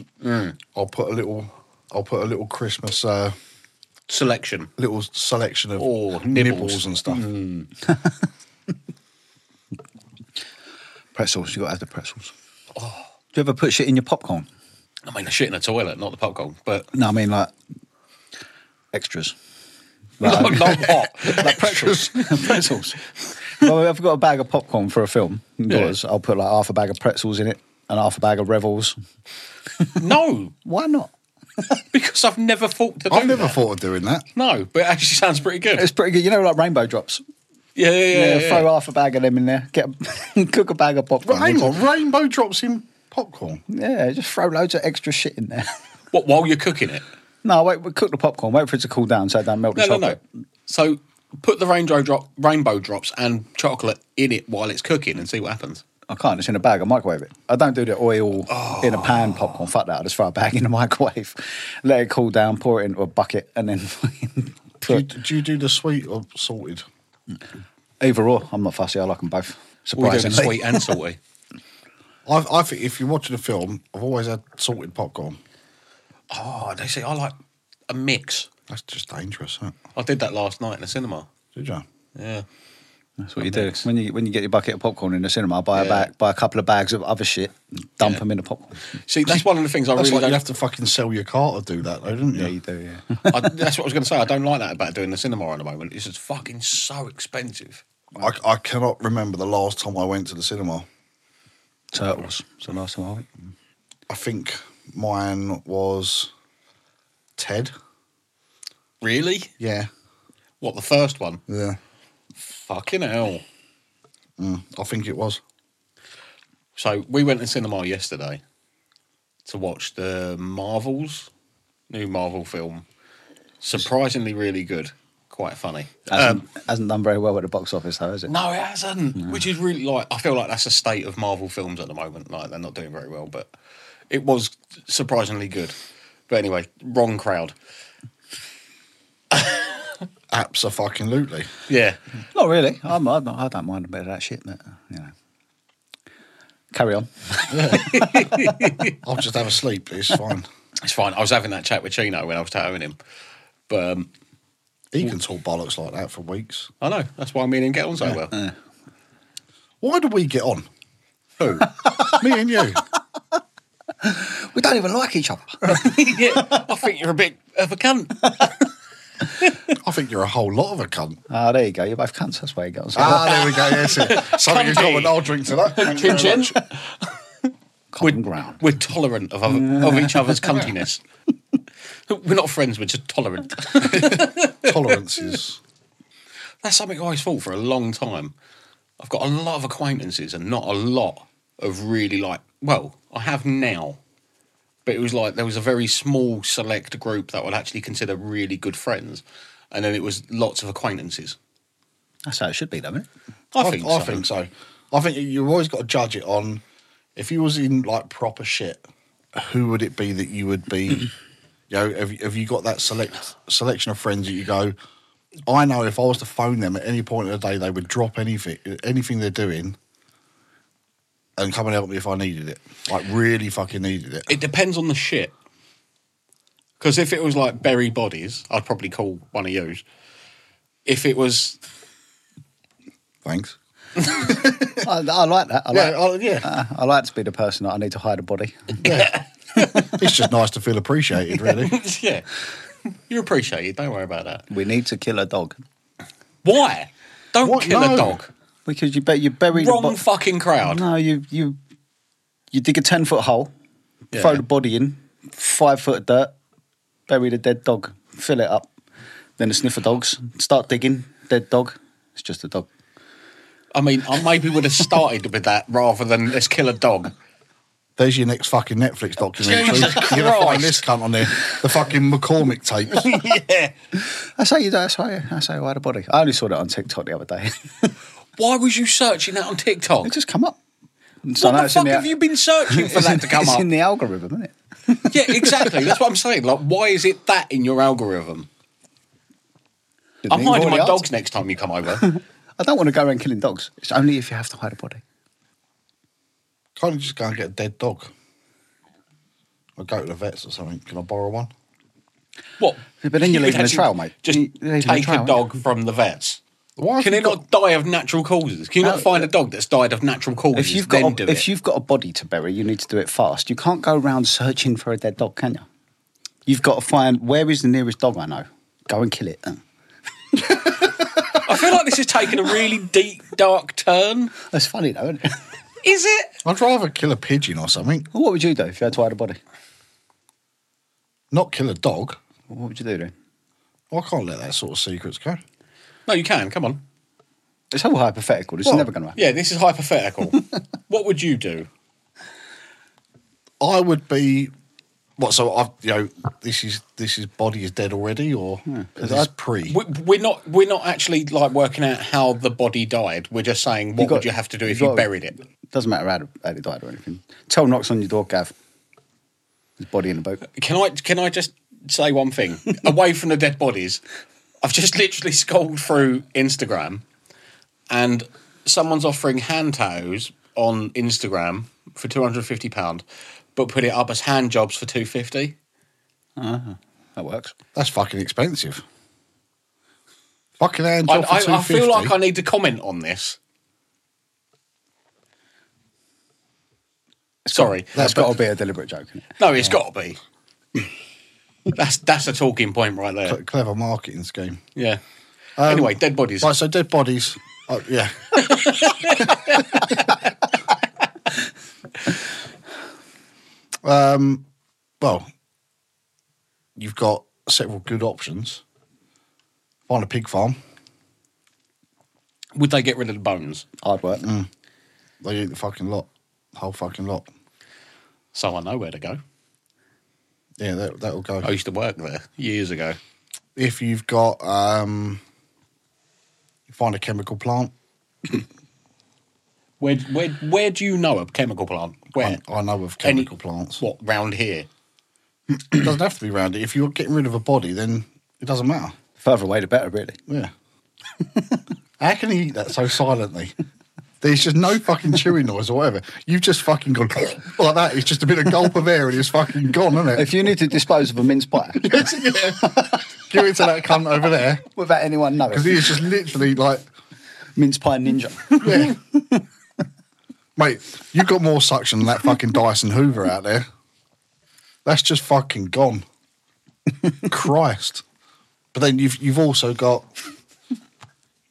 Speaker 2: I'll put a little I'll put a little Christmas uh,
Speaker 3: selection.
Speaker 2: little selection of
Speaker 3: Oh,
Speaker 2: nibbles. Mm.
Speaker 3: nibbles.
Speaker 2: and stuff.
Speaker 1: Pretzels. You got to have the pretzels. Do you ever put shit in your popcorn?
Speaker 3: I mean, the shit in the toilet, not the popcorn, but
Speaker 1: No, I mean like extras.
Speaker 3: not, not what? Like pretzels.
Speaker 1: pretzels. well, I've got a bag of popcorn for a film. indoors. I'll put like half a bag of pretzels in it and half a bag of Revels.
Speaker 3: no,
Speaker 1: Why not?
Speaker 3: because I've never thought to do
Speaker 2: I've never
Speaker 3: that.
Speaker 2: thought of doing that.
Speaker 3: No, but it actually sounds pretty good.
Speaker 1: It's pretty good. You know, like rainbow drops.
Speaker 3: yeah, yeah, yeah. yeah,
Speaker 1: Throw half a bag of them in there. Get a, cook a bag of
Speaker 2: But
Speaker 1: popcorn.
Speaker 2: hang on, rainbow drops in popcorn.
Speaker 1: Yeah, just throw loads of extra shit in there.
Speaker 3: What, while you're cooking it?
Speaker 1: no, wait. We cook the popcorn. Wait for it to cool down so it don't melt the
Speaker 3: No, no,
Speaker 1: chocolate.
Speaker 3: no. So put the rainbow drop, rainbow drops, and chocolate in it while it's cooking, and see what happens.
Speaker 1: I can't. It's in a bag. I microwave it. I don't do the oil in a pan popcorn. Fuck that. I just throw a bag in the microwave, let it cool down, pour it into a bucket, and then fucking
Speaker 2: Do you,
Speaker 1: put
Speaker 2: do you do the sweet or salted?
Speaker 1: either or. I'm not fussy. I like them both.
Speaker 3: We do the
Speaker 1: Surprisingly,
Speaker 3: sweet and salty.
Speaker 2: I, I think if you're watching a film, I've always had salted popcorn.
Speaker 3: Oh, they say I like a mix.
Speaker 2: That's just dangerous, huh?
Speaker 3: I did that last night in the cinema.
Speaker 2: Did you?
Speaker 3: Yeah.
Speaker 1: that's what you do when you when you get your bucket of popcorn in the cinema. Buy a
Speaker 3: Yeah.
Speaker 1: bag, buy a couple of bags of other shit, dump
Speaker 3: Yeah.
Speaker 1: them in the popcorn.
Speaker 3: See, that's one of the things I
Speaker 2: That's
Speaker 3: really
Speaker 2: like
Speaker 3: don't.
Speaker 2: you have to fucking sell your car to do that, though, didn't you?
Speaker 1: do. Yeah.
Speaker 3: I, that's what I was going to say. I don't like that about doing the cinema at the moment. It's just fucking so expensive.
Speaker 2: I, I cannot remember the last time I went to the cinema.
Speaker 1: Turtles. It's the last time I went.
Speaker 2: I think mine was Ted.
Speaker 3: Really?
Speaker 2: Yeah.
Speaker 3: What the first one?
Speaker 2: Yeah.
Speaker 3: Fucking hell!
Speaker 2: Mm, I think it was.
Speaker 3: So we went to cinema yesterday to watch the Marvels new Marvel film. Surprisingly, really good. Quite funny.
Speaker 1: Hasn't, hasn't done very well at the box office though, has it?
Speaker 3: No, it hasn't. Which is really like I feel like that's the state of Marvel films at the moment. Like they're not doing very well, but it was surprisingly good. But anyway, wrong crowd.
Speaker 2: Absolutely.
Speaker 3: Yeah,
Speaker 1: Not really. I'm, I'm not, I don't mind a bit of that shit, but you know. Carry on.
Speaker 2: I'll just have a sleep. It's fine.
Speaker 3: it's fine. I was having that chat with Chino when I was tattooing him, but um,
Speaker 2: He can talk bollocks like that for weeks.
Speaker 3: I know that's why me and him get on so well.
Speaker 2: Why do we get on? Who? Me and you.
Speaker 1: We don't even like each other.
Speaker 3: yeah, I think you're a bit of a cunt.
Speaker 2: I think you're a whole lot of a cunt.
Speaker 1: Ah, there you go. You're both cunts. That's where it goes.
Speaker 2: Ah, there we go. Yes, it. Something in common. I'll drink to that. Thank you very much.
Speaker 1: Common ground.
Speaker 3: We're tolerant of, other, of each other's cuntiness. we're not friends. We're just tolerant.
Speaker 2: Tolerances.
Speaker 3: That's something I always thought for a long time. I've got a lot of acquaintances and not a lot of really like, well, I have now. But it was like there was a very small select group that would actually consider really good friends. And then it was lots of acquaintances.
Speaker 1: That's how it should be, though, isn't it?
Speaker 3: I, think
Speaker 2: I
Speaker 3: so.
Speaker 2: think so. I think you- you've always got to judge it on if you was in like proper shit, who would it be that you would be? you know, have, have you got that select selection of friends that you go? I know if I was to phone them at any point of the day, they would drop anything, anything they're doing, and come and help me if I needed it. Like really fucking needed it.
Speaker 3: It depends on the shit. Because if it was like bury bodies, I'd probably call one of yours. If it was,
Speaker 2: Thanks.
Speaker 1: I, I like that. I like,
Speaker 2: Yeah, I, yeah.
Speaker 1: uh, I like to be the person that I need to hide a body.
Speaker 2: yeah. it's just nice to feel appreciated, really.
Speaker 3: yeah, you appreciate it. Don't worry about that.
Speaker 1: We need to kill a dog.
Speaker 3: Why? Don't
Speaker 2: What?
Speaker 3: kill
Speaker 2: No.
Speaker 3: a dog.
Speaker 1: Because you bet you bury
Speaker 3: Wrong
Speaker 1: the
Speaker 3: fucking crowd.
Speaker 1: body. No, you, you, you dig a 10 foot hole, throw the body in, five foot of dirt, bury the dead dog, fill it up. Then the sniffer dogs start digging, dead dog. It's just a dog.
Speaker 3: I mean, I maybe would have started with that rather than let's kill a dog.
Speaker 2: There's your next fucking Netflix documentary.
Speaker 3: Jesus
Speaker 2: You're gonna find
Speaker 3: Christ.
Speaker 2: this cunt on there. The fucking McCormick tapes.
Speaker 3: yeah.
Speaker 1: That's how you do. That's how you, that's how you hide a body. I only saw that on TikTok the other day.
Speaker 3: Why was you searching that on TikTok?
Speaker 1: It just come up.
Speaker 3: what the fuck have you been searching for that to come
Speaker 1: it's
Speaker 3: up?
Speaker 1: in the algorithm, isn't it?
Speaker 3: yeah, exactly. That's what I'm saying. Like, why is it that in your algorithm? I'm hiding my dogs next time you come over.
Speaker 1: I don't want to go around killing dogs. It's only if you have to hide a body.
Speaker 2: Can't you just go and get a dead dog? Or go to the vets or something. Can I borrow one?
Speaker 3: what?
Speaker 1: Yeah, but then you're
Speaker 3: You
Speaker 1: leaving a
Speaker 3: actually
Speaker 1: trail, mate.
Speaker 3: Just
Speaker 1: You- you're leaving a
Speaker 3: take
Speaker 1: trail,
Speaker 3: a dog from the vets.
Speaker 2: Why
Speaker 3: Can it not die of natural causes? Can you
Speaker 1: No,
Speaker 3: not find a dog that's died of natural causes?
Speaker 1: If you've
Speaker 3: then
Speaker 1: got
Speaker 3: do
Speaker 1: a, if
Speaker 3: it?
Speaker 1: you've got a body to bury, you need to do it fast. You can't go around searching for a dead dog, can you? You've got to find where is the nearest dog I know. Go and kill it. Uh,
Speaker 3: I feel like this is taking a really deep, dark turn.
Speaker 1: That's funny though, isn't it?
Speaker 3: Is it?
Speaker 2: I'd rather kill a pigeon or something,
Speaker 1: Well, what would you do if you had to hide a body?
Speaker 2: not kill a dog.
Speaker 1: What would you do then?
Speaker 2: Well, I can't let that sort of secrets go.
Speaker 3: No, you can. Come on.
Speaker 1: It's all hypothetical. This
Speaker 2: Well,
Speaker 1: is never going to happen.
Speaker 3: Yeah, this is hypothetical. what would you do?
Speaker 2: I would be. What? So I, you know, this is this is body is dead already, or is this pre?
Speaker 3: We- We're not. We're not actually like working out how the body died. We're just saying what
Speaker 1: got-
Speaker 3: would you have to do if
Speaker 1: you
Speaker 3: you
Speaker 1: got-
Speaker 3: buried it.
Speaker 1: Doesn't matter how, how they died or anything. Tell knocks on your door, Gav. His body in a boat.
Speaker 3: Can I? Can I just say one thing? Away from the dead bodies, I've just literally scrolled through Instagram, and someone's offering hand towels on Instagram for two hundred fifty pound, but put it up as hand jobs for two fifty.
Speaker 1: That works.
Speaker 2: That's fucking expensive. Fucking hand
Speaker 3: I,
Speaker 2: job for two
Speaker 3: I, I
Speaker 2: fifty.
Speaker 3: feel like I need to comment on this. Sorry,
Speaker 1: That's got to be a deliberate joke. Isn't it?
Speaker 3: no, it's got to be. That's that's a talking point right there.
Speaker 2: clever marketing scheme.
Speaker 3: Yeah. anyway, dead bodies.
Speaker 2: Um, Right, so dead bodies. Oh, yeah, um, well, you've got several good options. Find a pig farm.
Speaker 3: Would they get rid of the bones?
Speaker 1: Hard work.
Speaker 2: They eat the fucking lot, the whole fucking lot.
Speaker 3: So I know where to go.
Speaker 2: Yeah, that that'll go.
Speaker 3: I used to work there years ago.
Speaker 2: If you've got, um, you find a chemical plant.
Speaker 3: Where where where do you know a chemical plant? Where
Speaker 2: I, I know of
Speaker 3: Any-
Speaker 2: chemical plants.
Speaker 3: what round here?
Speaker 2: It doesn't have to be round it. If you're getting rid of a body, then it doesn't matter.
Speaker 1: Further away, the better, really.
Speaker 2: Yeah. How can he eat that so silently? There's just no fucking chewing noise or whatever. You've just fucking gone like that. It's just a bit of gulp of air and it's fucking gone, isn't it?
Speaker 1: If you need to dispose of a mince pie
Speaker 2: Give it to that cunt over there
Speaker 1: without anyone knowing,
Speaker 2: because he's just literally like,
Speaker 1: mince pie ninja.
Speaker 2: yeah. Mate, you've got more suction than that fucking Dyson Hoover out there. That's just fucking gone. Christ. But then you've you've also got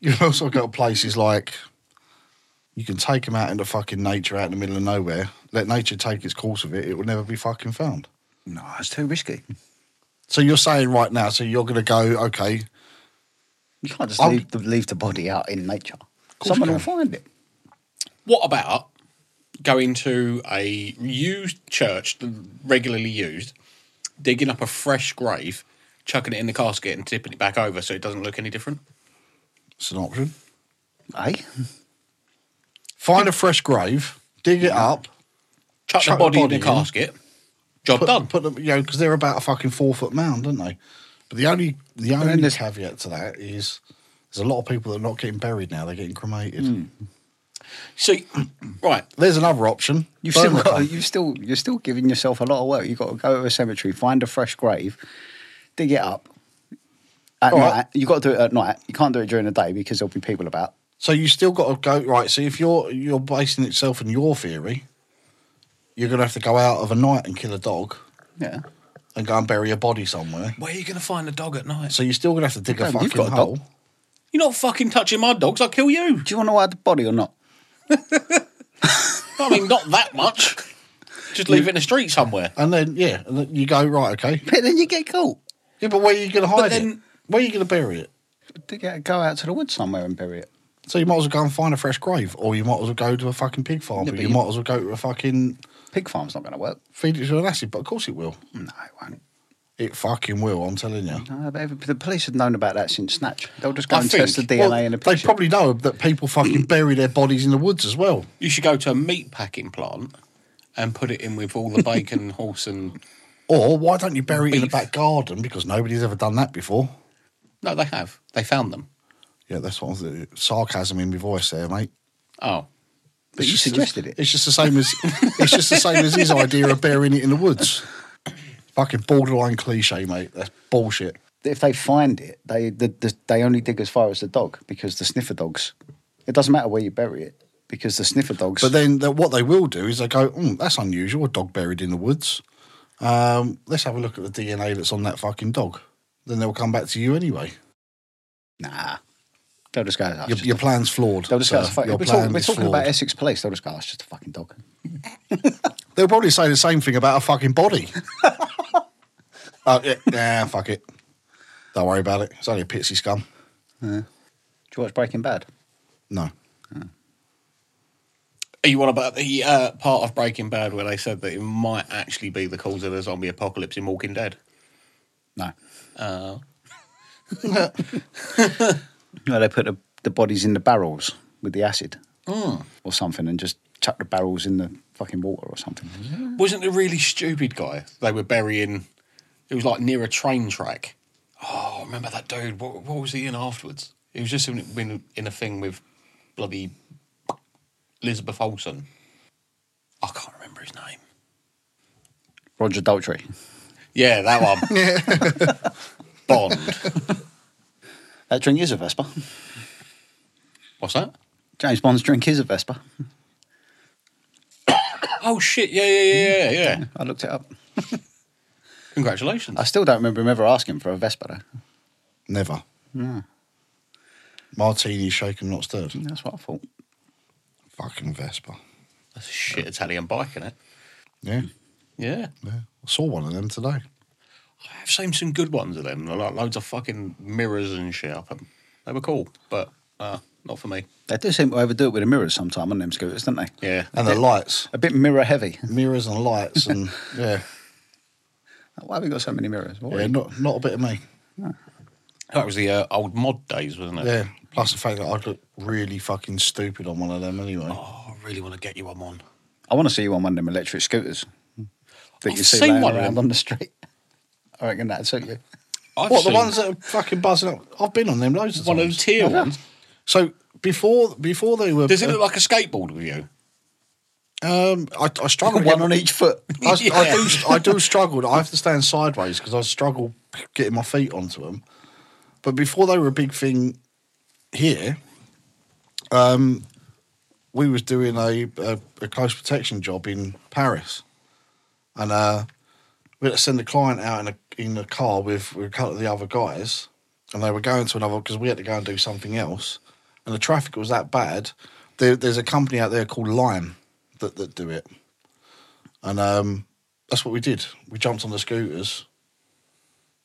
Speaker 2: you've also got places like you can take them out into fucking nature, out in the middle of nowhere. Let nature take its course of it; it will never be fucking found.
Speaker 1: no, it's too risky.
Speaker 2: So you're saying right now, so you're going to go, okay,
Speaker 1: You can't just
Speaker 2: I'll-
Speaker 1: leave the, leave the body out in nature.
Speaker 2: course
Speaker 1: Someone
Speaker 2: you
Speaker 1: will
Speaker 2: can.
Speaker 1: find it.
Speaker 3: What about going to a used church, th- regularly used, digging up a fresh grave, chucking it in the casket, and tipping it back over so it doesn't look any different?
Speaker 2: it's an option.
Speaker 1: Eh?
Speaker 2: Find a fresh grave, dig it up,
Speaker 3: Chuck,
Speaker 2: Chuck
Speaker 3: the body,
Speaker 2: the
Speaker 3: in
Speaker 2: body
Speaker 3: the
Speaker 2: in.
Speaker 3: casket. Job
Speaker 2: put,
Speaker 3: done.
Speaker 2: put them, you know, because they're about a fucking four foot mound, aren't they? But the only the only
Speaker 1: there's-
Speaker 2: caveat to that is there's a lot of people that are not getting buried now; they're getting cremated.
Speaker 1: Hmm.
Speaker 3: so, right,
Speaker 2: There's another option.
Speaker 1: You've
Speaker 2: Burn
Speaker 1: still
Speaker 2: the
Speaker 1: got,
Speaker 2: cunt.
Speaker 1: you've still you're still giving yourself a lot of work. You've got to go to a cemetery, find a fresh grave, dig it up. At
Speaker 2: All
Speaker 1: night,
Speaker 2: right.
Speaker 1: you've got to do it at night. You can't do it during the day because there'll be people about.
Speaker 2: So you still got to go right. So if you're you're basing itself on your theory, you're gonna have to go out of a night and kill a dog
Speaker 1: Yeah,
Speaker 2: and go and bury a body somewhere.
Speaker 3: where are you going to find a dog at night?
Speaker 2: So you're still gonna have to dig a
Speaker 1: You've
Speaker 2: fucking
Speaker 1: got a dog.
Speaker 2: hole.
Speaker 3: You're not fucking touching my dogs. I'll kill you.
Speaker 1: do you want to hide the body or not?
Speaker 3: I mean, not that much. Just leave it in the street somewhere.
Speaker 2: And then yeah, and then you go right. Okay.
Speaker 1: But then you get caught.
Speaker 2: Yeah, but where are you gonna hide it?
Speaker 3: then-
Speaker 2: Where are you gonna bury it?
Speaker 1: To get, go out to the woods somewhere and bury it.
Speaker 2: So you might as well go and find a fresh grave, or you might as well go to a fucking pig farm,
Speaker 1: Yeah,
Speaker 2: or
Speaker 1: but
Speaker 2: you
Speaker 1: you-
Speaker 2: might as well go to a fucking
Speaker 1: Pig farm's not going to work.
Speaker 2: feed it to an acid. But of course it will.
Speaker 1: No, it won't.
Speaker 2: It fucking will. I'm telling you.
Speaker 1: No, but every, the police have known about that since Snatch. They'll just go
Speaker 3: I
Speaker 1: and
Speaker 3: think-
Speaker 1: test the DNA
Speaker 2: Well,
Speaker 1: in a
Speaker 2: they
Speaker 1: picture.
Speaker 2: probably know that people fucking bury their bodies in the woods as well.
Speaker 3: You should go to a meat packing plant and put it in with all the bacon, horse, and
Speaker 2: Or why don't you bury it in the
Speaker 3: Beef.
Speaker 2: back garden? Because nobody's ever done that before.
Speaker 3: no, they have. They found them.
Speaker 2: Yeah, that's what I'm sarcasm in my voice there, mate.
Speaker 3: Oh,
Speaker 1: but you
Speaker 2: It's just-
Speaker 1: suggested it.
Speaker 2: It's just the same as it's just the same as his idea of burying it in the woods. Fucking borderline cliche, mate. That's bullshit.
Speaker 1: If they find it, they the, the, they only dig as far as the dog because the sniffer dogs. It doesn't matter where you bury it because the sniffer dogs.
Speaker 2: But then the, what they will do is they go, mm, "That's unusual. A dog buried in the woods. Um, let's have a look at the DNA that's on that fucking dog." Then they'll come back to you anyway.
Speaker 1: nah, they'll just go. "Oh, it's
Speaker 2: Your,
Speaker 1: just
Speaker 2: your
Speaker 1: a-
Speaker 2: plan's flawed.
Speaker 1: they'll just
Speaker 2: sir.
Speaker 1: go. "It's a fuck-
Speaker 2: Your
Speaker 1: We're, talking,
Speaker 2: plan
Speaker 1: we're
Speaker 2: is
Speaker 1: talking
Speaker 2: flawed."
Speaker 1: about Essex Police. They'll just go. "Oh, it's just a fucking dog.
Speaker 2: They'll probably say the same thing about a fucking body. oh, yeah, nah, fuck it. Don't worry about it. It's only a pitsy scum.
Speaker 1: Do you watch Breaking Bad?
Speaker 2: No.
Speaker 3: are you on about the uh, part of Breaking Bad where they said that it might actually be the cause of the zombie apocalypse in Walking Dead?
Speaker 1: No. Oh.
Speaker 3: Uh,
Speaker 1: No, they put the, the bodies in the barrels with the acid or something, and just chuck the barrels in the fucking water or something.
Speaker 3: wasn't a really stupid guy they were burying. It was like near a train track. Oh, I remember that dude. What, what was he in afterwards? He was just in, in, in a thing with bloody Elizabeth Olsen. I can't remember his name.
Speaker 1: Roger Daltrey.
Speaker 3: Yeah, that one. Bond.
Speaker 1: That drink is a Vespa.
Speaker 3: What's that?
Speaker 1: James Bond's drink is a Vespa.
Speaker 3: Oh shit! Yeah, yeah, yeah, yeah, yeah.
Speaker 1: I looked it up.
Speaker 3: Congratulations.
Speaker 1: I still don't remember him ever asking for a Vespa, though.
Speaker 2: Never. Martini shaken, not stirred.
Speaker 1: That's what I thought.
Speaker 2: Fucking Vespa.
Speaker 3: That's a shit Italian bike, is it?
Speaker 2: Yeah,
Speaker 3: Yeah.
Speaker 1: Hmm.
Speaker 2: yeah. I saw one of them today.
Speaker 3: I've seen some good ones of them, like loads of fucking mirrors and shit up 'em. They were cool, but uh, not for me.
Speaker 1: They do seem to overdo it with the mirrors sometime on them scooters, don't they?
Speaker 3: Yeah.
Speaker 2: And the lights,
Speaker 1: A bit mirror heavy.
Speaker 2: mirrors and lights, and yeah,
Speaker 1: Why have we got so many mirrors? What
Speaker 2: yeah, not not a bit of me.
Speaker 3: That was the uh, old mod days, wasn't it?
Speaker 2: Yeah. Plus the fact that I'd look really fucking stupid on one of them anyway.
Speaker 3: Oh, I really want to get you on one.
Speaker 1: I want to see you on one of them electric scooters that you
Speaker 3: I've
Speaker 1: see
Speaker 3: seen
Speaker 1: laying
Speaker 3: one of
Speaker 1: around
Speaker 3: them.
Speaker 1: on the street. I reckon that'd suit you.
Speaker 3: I've
Speaker 2: what the
Speaker 3: seen
Speaker 2: ones that are fucking buzzing up? I've been on them loads of
Speaker 3: One of the
Speaker 2: times.
Speaker 3: tier ones.
Speaker 2: So before before they were,
Speaker 3: Does it look like a skateboard with you?
Speaker 2: um, I, I struggled
Speaker 1: One on each foot.
Speaker 2: I, I do,
Speaker 3: Yeah.
Speaker 2: I do struggle. I have to stand sideways because I struggle getting my feet onto them. But before they were a big thing here, um, we was doing a, a, a close protection job in Paris, and uh, we had to send a client out in a in a car with, with a couple of the other guys, and they were going to another because we had to go and do something else, and the traffic was that bad. There, there's a company out there called Lime that that do it. And um, that's what we did. We jumped on the scooters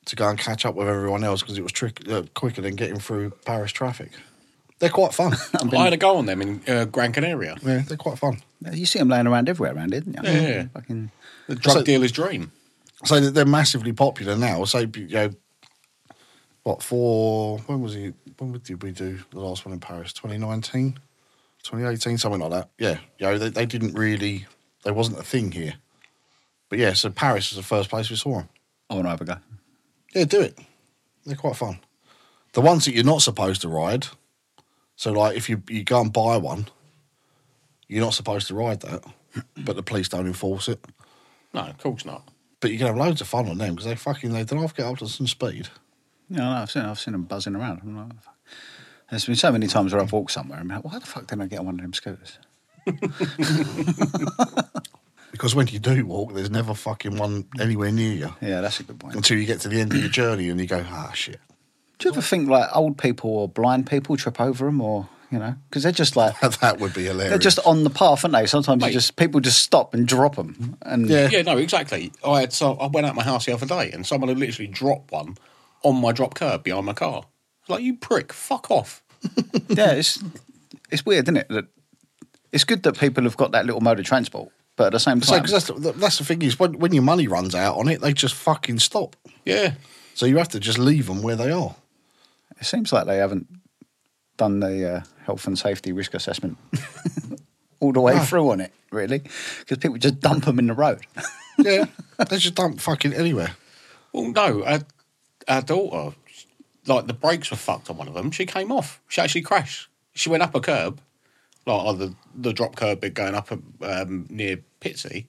Speaker 2: to go and catch up with everyone else because it was trick- uh, quicker than getting through Paris traffic. They're quite fun.
Speaker 3: I had a go on them in uh, Gran Canaria.
Speaker 2: yeah, they're quite fun.
Speaker 1: You see them laying around everywhere around, didn't you?
Speaker 3: Yeah, yeah.
Speaker 1: Fucking
Speaker 3: The drug
Speaker 2: So-
Speaker 3: dealer's dream.
Speaker 2: So they're- they're massively popular now. So, you know, what, for, when was he, when did we do the last one in Paris? 2019? 2018? Something like that. Yeah. You know, they, they didn't really, there wasn't a thing here. But yeah, so Paris was the first place we saw them.
Speaker 1: I want to have a go.
Speaker 2: Yeah, do it. They're quite fun. The ones that you're not supposed to ride. So, like, if you you go and buy one, you're not supposed to ride that, but the police don't enforce it.
Speaker 3: No, of course not.
Speaker 2: But you can have loads of fun on them because they fucking they don't half get up to some speed.
Speaker 1: Yeah, I know, I've seen, I've seen them buzzing around. I'm like, fuck. There's been so many times where I've walked somewhere and I'm like, why the fuck didn't I get on one of them scooters?
Speaker 2: Because when you do walk, there's never fucking one anywhere near you
Speaker 1: Yeah, that's a good point.
Speaker 2: until you get to the end of your journey and you go, ah, shit.
Speaker 1: Do you ever think like old people or blind people trip over them or, you know, because they're just like,
Speaker 2: that would be hilarious.
Speaker 1: they're just on the path, aren't they? Sometimes
Speaker 3: Mate.
Speaker 1: you just, people just stop and drop them. And
Speaker 2: Yeah.
Speaker 3: Yeah, no, exactly. I had so I went out my house the other day and someone had literally dropped one on my drop curb behind my car. Like you prick, fuck off.
Speaker 1: yeah, it's, it's weird, isn't it? That it's good that people have got that little mode of transport But at the same
Speaker 2: So
Speaker 1: time,
Speaker 2: 'cause that's the, that's the thing is when, when your money runs out on it, they just fucking stop.
Speaker 3: Yeah.
Speaker 2: So you have to just leave them where they are.
Speaker 1: it seems like they haven't done the uh, health and safety risk assessment all the way
Speaker 2: No.
Speaker 1: through on it, really, because people just dump them in the road.
Speaker 2: Yeah, they just dump fucking anywhere.
Speaker 3: Well, no, our, our daughter, like the brakes were fucked on one of them. She came off. She actually crashed. She went up a curb, like on the, the drop curb bit going up um, near Pitsy,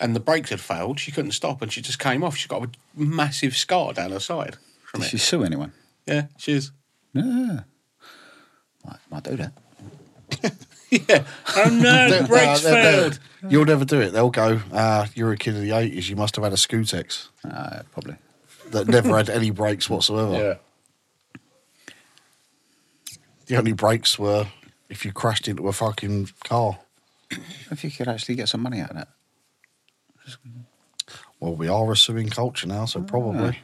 Speaker 3: and the brakes had failed. She couldn't stop and she just came off. She's got a massive scar down her side from
Speaker 1: Did
Speaker 3: it.
Speaker 1: she sue anyone?
Speaker 3: Yeah, she is.
Speaker 1: No. Might, might do that.
Speaker 3: Yeah. Oh no, the
Speaker 2: They're-
Speaker 3: brakes
Speaker 2: they're- they're-
Speaker 3: failed.
Speaker 2: You'll never do it. They'll go, ah, you're a kid of the 80s. You must have had a Scootex
Speaker 1: Uh, probably.
Speaker 2: that never had any brakes whatsoever. The only brakes were if you crashed into a fucking car.
Speaker 1: If you could actually get some money out of that.
Speaker 2: Well, we are a suing culture now, so probably.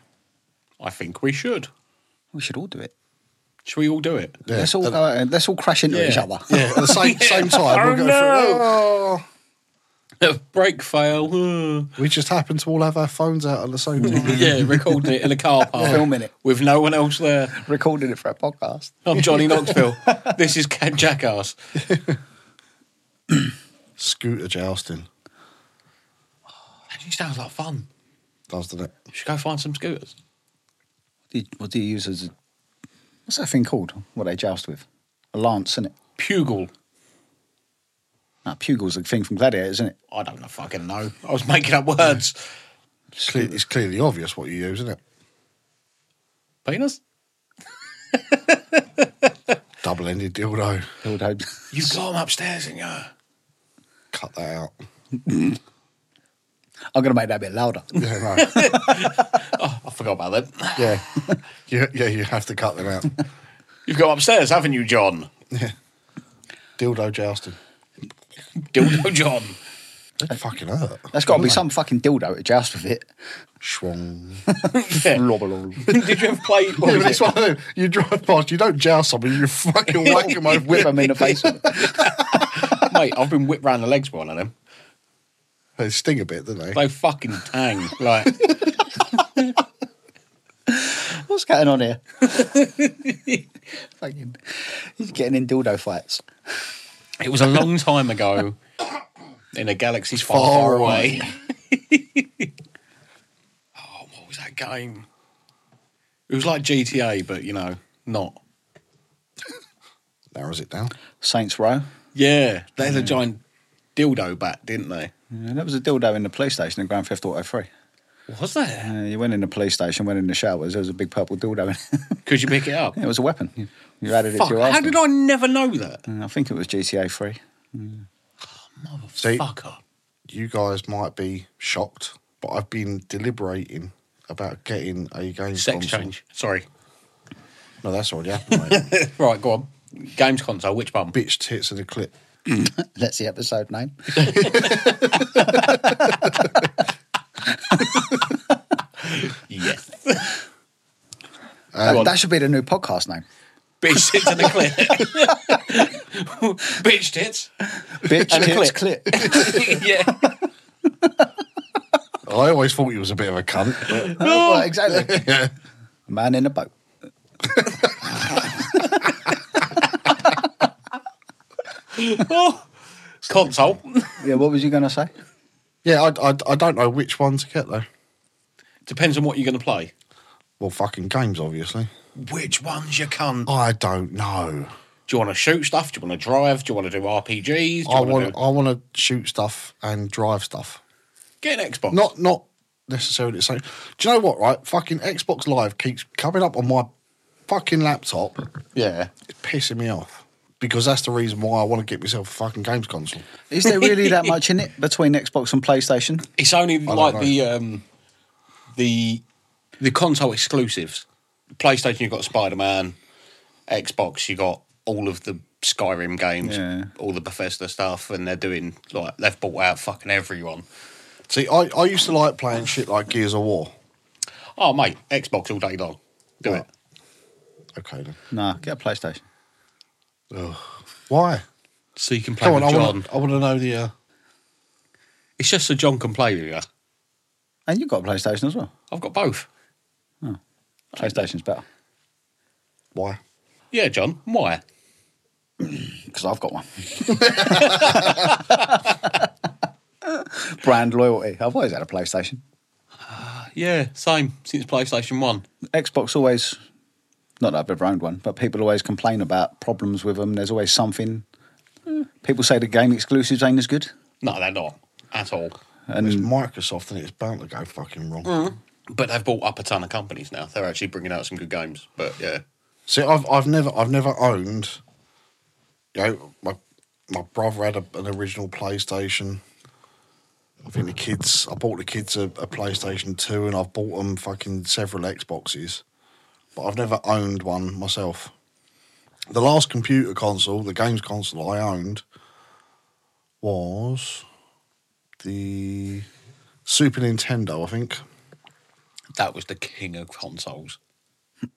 Speaker 3: I think we should.
Speaker 1: We should all do it.
Speaker 3: Should we all do it?
Speaker 2: Yeah.
Speaker 1: let's all go out and let's all crash into
Speaker 3: Yeah.
Speaker 1: each other.
Speaker 2: Yeah, at the same, same time,
Speaker 3: Oh,
Speaker 2: we'll go
Speaker 3: no.
Speaker 2: through. Oh,
Speaker 3: Brake fail. Uh.
Speaker 2: we just happen to all have our phones out at the same time.
Speaker 3: yeah, recording it in a car park.
Speaker 1: Filming it.
Speaker 3: With no one else there.
Speaker 1: Recorded it for a podcast.
Speaker 3: I'm Johnny Knoxville. this is Cat Jackass.
Speaker 2: Scooter jousting,
Speaker 3: Actually, sounds like fun.
Speaker 2: doesn't it?
Speaker 3: We should go find some scooters.
Speaker 1: What do you, what do you use as a, what's that thing called? What they joust with? A lance, isn't it?
Speaker 3: Pugle.
Speaker 1: No, pugil's a thing from Gladiator, isn't it?
Speaker 3: I don't know, fucking know. I was making up words.
Speaker 2: It's, cle- it's clearly obvious what you use, isn't it?
Speaker 3: Penis?
Speaker 2: Double ended dildo.
Speaker 3: You've got them upstairs in your.
Speaker 2: Cut that out.
Speaker 1: I'm going to make that a bit louder.
Speaker 2: Yeah, no.
Speaker 3: Oh, I forgot about that.
Speaker 2: yeah. You, yeah, you have to cut them out.
Speaker 3: You've got 'em upstairs, haven't you, John?
Speaker 2: Yeah. Dildo jousting.
Speaker 3: Dildo John.
Speaker 2: That fucking hurt.
Speaker 1: That's got to be some fucking dildo to joust with it.
Speaker 2: Schwung.
Speaker 3: Yeah.
Speaker 1: Whip
Speaker 3: Did you ever play. What
Speaker 2: Yeah,
Speaker 3: was
Speaker 2: but
Speaker 3: it?
Speaker 2: it's one of them. You drive past, you don't joust somebody, you fucking whack them over. with-
Speaker 1: them in the face. with it.
Speaker 3: Mate, I've been whipped round the legs by one of them.
Speaker 2: They sting a bit, don't they?
Speaker 3: They fucking tang. Like,
Speaker 1: What's going on here? fucking, he's getting in dildo fights.
Speaker 3: it was a long time ago in a galaxy far,
Speaker 2: Far
Speaker 3: far away. oh, what was that game? It was like GTA, but you know, not.
Speaker 2: Narrows it down.
Speaker 1: Saints Row.
Speaker 3: Yeah, they had a giant dildo bat, didn't they?
Speaker 1: Yeah, that was a dildo in the police station in Grand Theft Auto 3.
Speaker 3: Was there?
Speaker 1: Uh, you went in the police station, went in the showers, there was a big purple dildo in it.
Speaker 3: Could you pick it up?
Speaker 1: it was a weapon. You, you added it
Speaker 3: Fuck,
Speaker 1: to your
Speaker 3: how did
Speaker 1: arsenal.
Speaker 3: I never know that?
Speaker 1: I think it was GTA 3.
Speaker 2: See,
Speaker 3: Fucker.
Speaker 2: you guys might be shocked, but I've been deliberating about getting a game
Speaker 3: Sex
Speaker 2: console.
Speaker 3: change. Sorry.
Speaker 2: No, that's already happened, mate.
Speaker 3: right, go on. Games console, which one?
Speaker 2: Bitch tits and a clip.
Speaker 1: That's the episode name.
Speaker 3: Yes.
Speaker 1: that, that should be the new podcast name.
Speaker 3: Bitch tits and a clip. Bitch tits.
Speaker 1: Bitch,
Speaker 3: And a
Speaker 1: tits, clit.
Speaker 3: yeah.
Speaker 2: I always thought you was a bit of a cunt. but-
Speaker 1: Oh, Well, exactly.
Speaker 2: yeah.
Speaker 1: Man in a boat.
Speaker 3: Oh. Console.
Speaker 1: Yeah, what was you going to say?
Speaker 2: Yeah, I, I, I don't know which one to get, though.
Speaker 3: Depends on what you're going to play.
Speaker 2: Well, fucking games, obviously.
Speaker 3: Which one's your cunt?
Speaker 2: I don't know.
Speaker 3: Do you want to shoot stuff? Do you want to drive? Do you want to do RPGs? Do you
Speaker 2: I
Speaker 3: wanna
Speaker 2: want
Speaker 3: do-
Speaker 2: I want to shoot stuff and drive stuff.
Speaker 3: Get an Xbox.
Speaker 2: Not not necessarily the same. Do you know what? Right, fucking Xbox Live keeps coming up on my fucking laptop.
Speaker 1: Yeah.
Speaker 2: It's pissing me off because that's the reason why I want to get myself a fucking games console.
Speaker 1: Is there really that much in it between Xbox and PlayStation?
Speaker 3: It's only
Speaker 2: don't
Speaker 3: like
Speaker 2: know.
Speaker 3: the um, the the console exclusives. PlayStation, you've got Spider Man. Xbox, you got all of the Skyrim games,
Speaker 1: Yeah.
Speaker 3: all the Bethesda stuff, and they're doing like they've bought out fucking everyone.
Speaker 2: See, I, I used to like playing shit like Gears of War.
Speaker 3: Oh mate, Xbox all day long. Do
Speaker 2: Right.
Speaker 3: it.
Speaker 2: Okay then.
Speaker 1: Nah, get a PlayStation.
Speaker 2: Why?
Speaker 3: So you can play
Speaker 2: Come on,
Speaker 3: with
Speaker 2: I
Speaker 3: John.
Speaker 2: want I want to know the. Uh,
Speaker 3: It's just so John can play with you.
Speaker 1: And you've got a PlayStation as well.
Speaker 3: I've got both.
Speaker 1: PlayStation's better
Speaker 2: Why?
Speaker 3: Yeah, John. Why?
Speaker 1: because I've got one. Brand loyalty. I've always had a PlayStation.
Speaker 3: Yeah, same since PlayStation One.
Speaker 1: Xbox always, not that I've ever owned one, but people always complain about problems with them. There's always something. People say the game exclusives ain't as good.
Speaker 3: No, they're not at all.
Speaker 2: it's Microsoft and it's bound to go fucking wrong.
Speaker 3: But they've bought up a ton of companies now. They're actually bringing out some good games. But yeah,
Speaker 2: See, I've I've never I've never owned. You know, my my brother had a, an original PlayStation. I think the kids. I bought the kids a, a PlayStation Two, and I've bought them fucking several Xboxes, but I've never owned one myself. The last computer console, the games console I owned, was the Super Nintendo. I think.
Speaker 3: that was the king of consoles.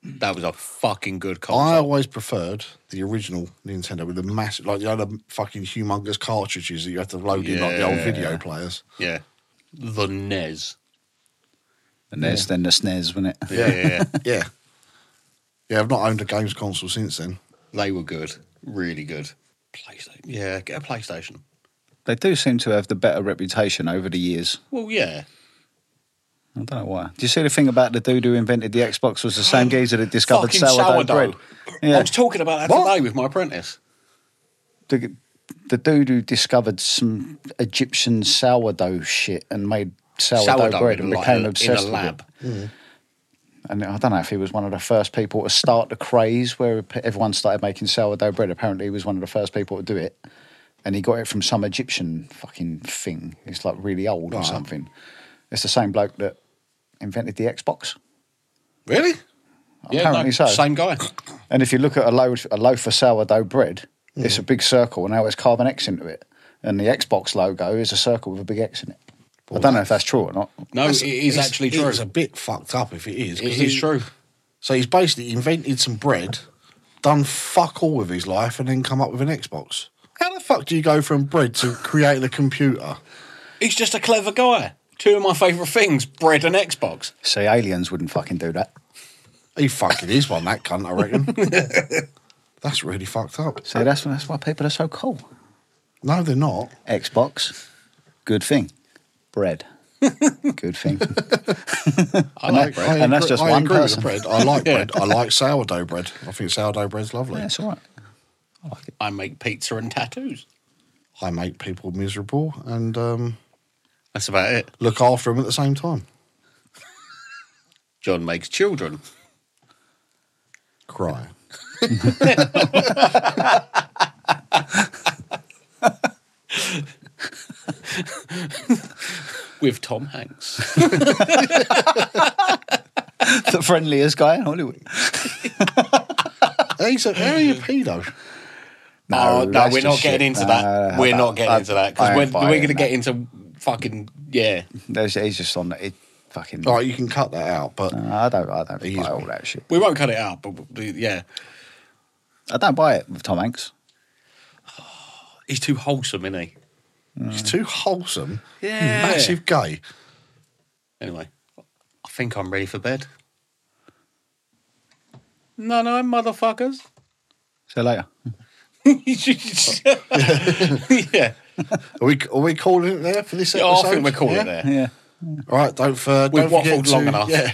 Speaker 3: That was a fucking good
Speaker 2: I
Speaker 3: console.
Speaker 2: always preferred the original Nintendo with the massive, like the other fucking humongous cartridges that you had to load in like the old
Speaker 3: Yeah.
Speaker 2: video players.
Speaker 3: yeah, the E NES.
Speaker 1: And there's then the snares, wasn't it?
Speaker 3: Yeah, yeah, yeah.
Speaker 2: Yeah. Yeah, I've not owned a games console since then.
Speaker 3: they were good, really good. PlayStation. Yeah, get a PlayStation.
Speaker 1: They do seem to have the better reputation over the years.
Speaker 3: Well, yeah.
Speaker 1: I don't know why. Do you see the thing about the dude who invented the Xbox was the same geezer that discovered
Speaker 3: Fucking
Speaker 1: sourdough, bread?
Speaker 3: I
Speaker 1: Yeah,
Speaker 3: was talking about that
Speaker 2: What?
Speaker 3: today with my apprentice.
Speaker 1: the, the dude who discovered some Egyptian sourdough shit and made sourdough, bread and
Speaker 3: like,
Speaker 1: became
Speaker 3: in a-
Speaker 1: obsessed
Speaker 3: in a
Speaker 1: with it.
Speaker 3: lab.
Speaker 1: and I don't know if he was one of the first people to start the craze where p- everyone started making sourdough bread. Apparently, he was one of the first people to do it, and he got it from some Egyptian fucking thing. It's like really old or
Speaker 2: Right.
Speaker 1: something. It's the same bloke that invented the Xbox.
Speaker 3: Really?
Speaker 1: Apparently so.
Speaker 3: Same guy.
Speaker 1: And if you look at a loaf, a loaf of sourdough bread, it's a big circle, and now it's carbon X into it. And the Xbox logo is a circle with a big X in it. I don't know if that's true or not.
Speaker 3: No,
Speaker 2: That's-
Speaker 3: it is
Speaker 2: it's-
Speaker 3: actually true.
Speaker 2: It's a bit fucked up if it is. 'cause
Speaker 3: it is
Speaker 2: he-
Speaker 3: true.
Speaker 2: So he's basically invented some bread, done fuck all with his life, and then come up with an Xbox. How the fuck do you go from bread to creating a computer?
Speaker 3: He's just a clever guy. Two of my favourite things: bread and Xbox.
Speaker 1: See, aliens wouldn't fucking do that.
Speaker 2: He fucking is one, that cunt, I reckon. That's really fucked up.
Speaker 1: See, that's that's why people are so cool.
Speaker 2: No, they're not.
Speaker 1: Xbox, good thing. Bread, good thing.
Speaker 3: I like
Speaker 2: I
Speaker 3: bread.
Speaker 1: And that's
Speaker 2: agree-
Speaker 1: just
Speaker 2: I
Speaker 1: one
Speaker 2: agree with
Speaker 1: person.
Speaker 2: bread. I like
Speaker 3: Yeah.
Speaker 2: bread. I like sourdough bread. I think sourdough bread's lovely.
Speaker 1: yeah, it's all right.
Speaker 3: I make pizza and tattoos.
Speaker 2: I make people miserable and um,
Speaker 3: That's about it.
Speaker 2: look after them at the same time.
Speaker 3: John makes children.
Speaker 2: Cry.
Speaker 3: with Tom Hanks.
Speaker 1: the friendliest guy in Hollywood.
Speaker 2: He's a, how are you a pedo?
Speaker 3: Oh, No, no,
Speaker 1: that's
Speaker 3: we're not
Speaker 1: just
Speaker 3: getting
Speaker 1: shit.
Speaker 3: into
Speaker 1: No,
Speaker 3: that.
Speaker 1: no, no,
Speaker 3: we're
Speaker 1: no,
Speaker 3: not getting
Speaker 1: I-
Speaker 3: into that
Speaker 1: I
Speaker 3: because
Speaker 1: ain't
Speaker 3: we're, we're
Speaker 1: buying
Speaker 3: going to
Speaker 1: that.
Speaker 3: get into fucking yeah.
Speaker 1: There's, he's just on. It fucking.
Speaker 2: All right, you can cut that out, but
Speaker 1: No, I don't. I don't
Speaker 2: He
Speaker 1: buy
Speaker 2: is-
Speaker 1: all that shit.
Speaker 3: We won't cut it out, but we- yeah,
Speaker 1: I don't buy it with Tom Hanks.
Speaker 3: he's too wholesome, isn't he?
Speaker 2: he's too wholesome.
Speaker 3: Yeah.
Speaker 2: Massive gay.
Speaker 3: Anyway, I think I'm ready for bed. No, no, motherfuckers.
Speaker 1: See you later.
Speaker 3: yeah,
Speaker 2: Are we are we calling it there for this
Speaker 3: I
Speaker 2: episode?
Speaker 3: think we're calling
Speaker 2: Yeah?
Speaker 3: it there.
Speaker 1: Yeah.
Speaker 2: All right, don't, uh,
Speaker 3: We've
Speaker 2: don't forget
Speaker 3: waffled
Speaker 2: to,
Speaker 3: long enough.
Speaker 2: Yeah,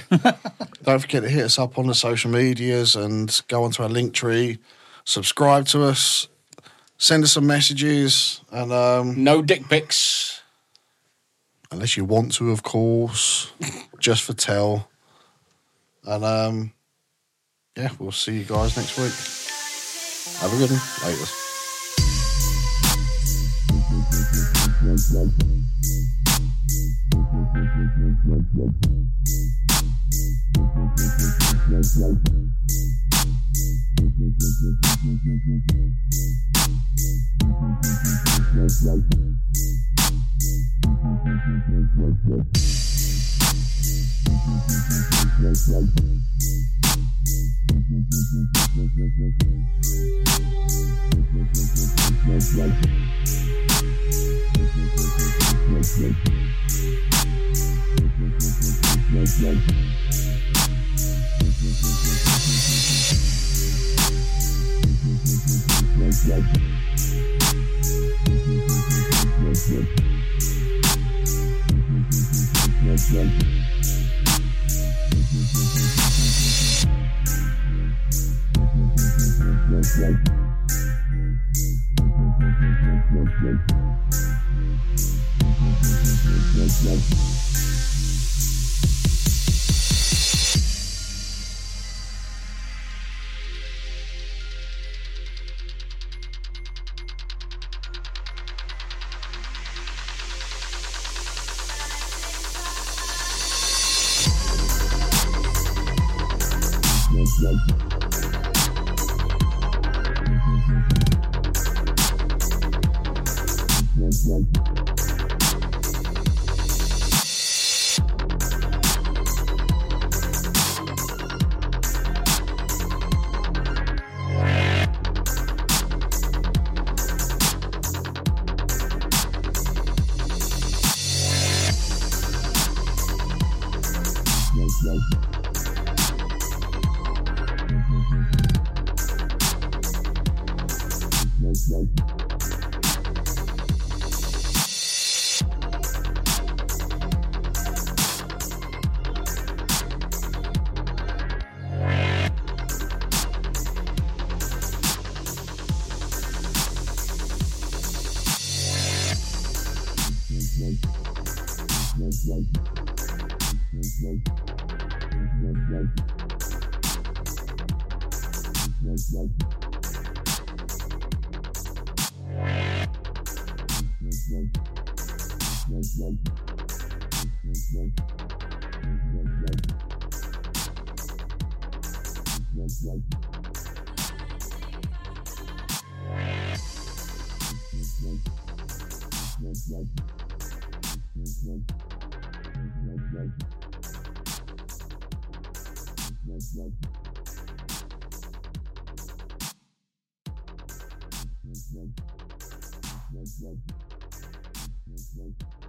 Speaker 2: don't forget to hit us up on the social medias and go onto our link tree, subscribe to us, send us some messages, and um,
Speaker 3: No dick pics.
Speaker 2: unless you want to, of course, just for tell. And um, yeah, we'll see you guys next week. Have a good one. Later.
Speaker 4: Thank you. Thank you.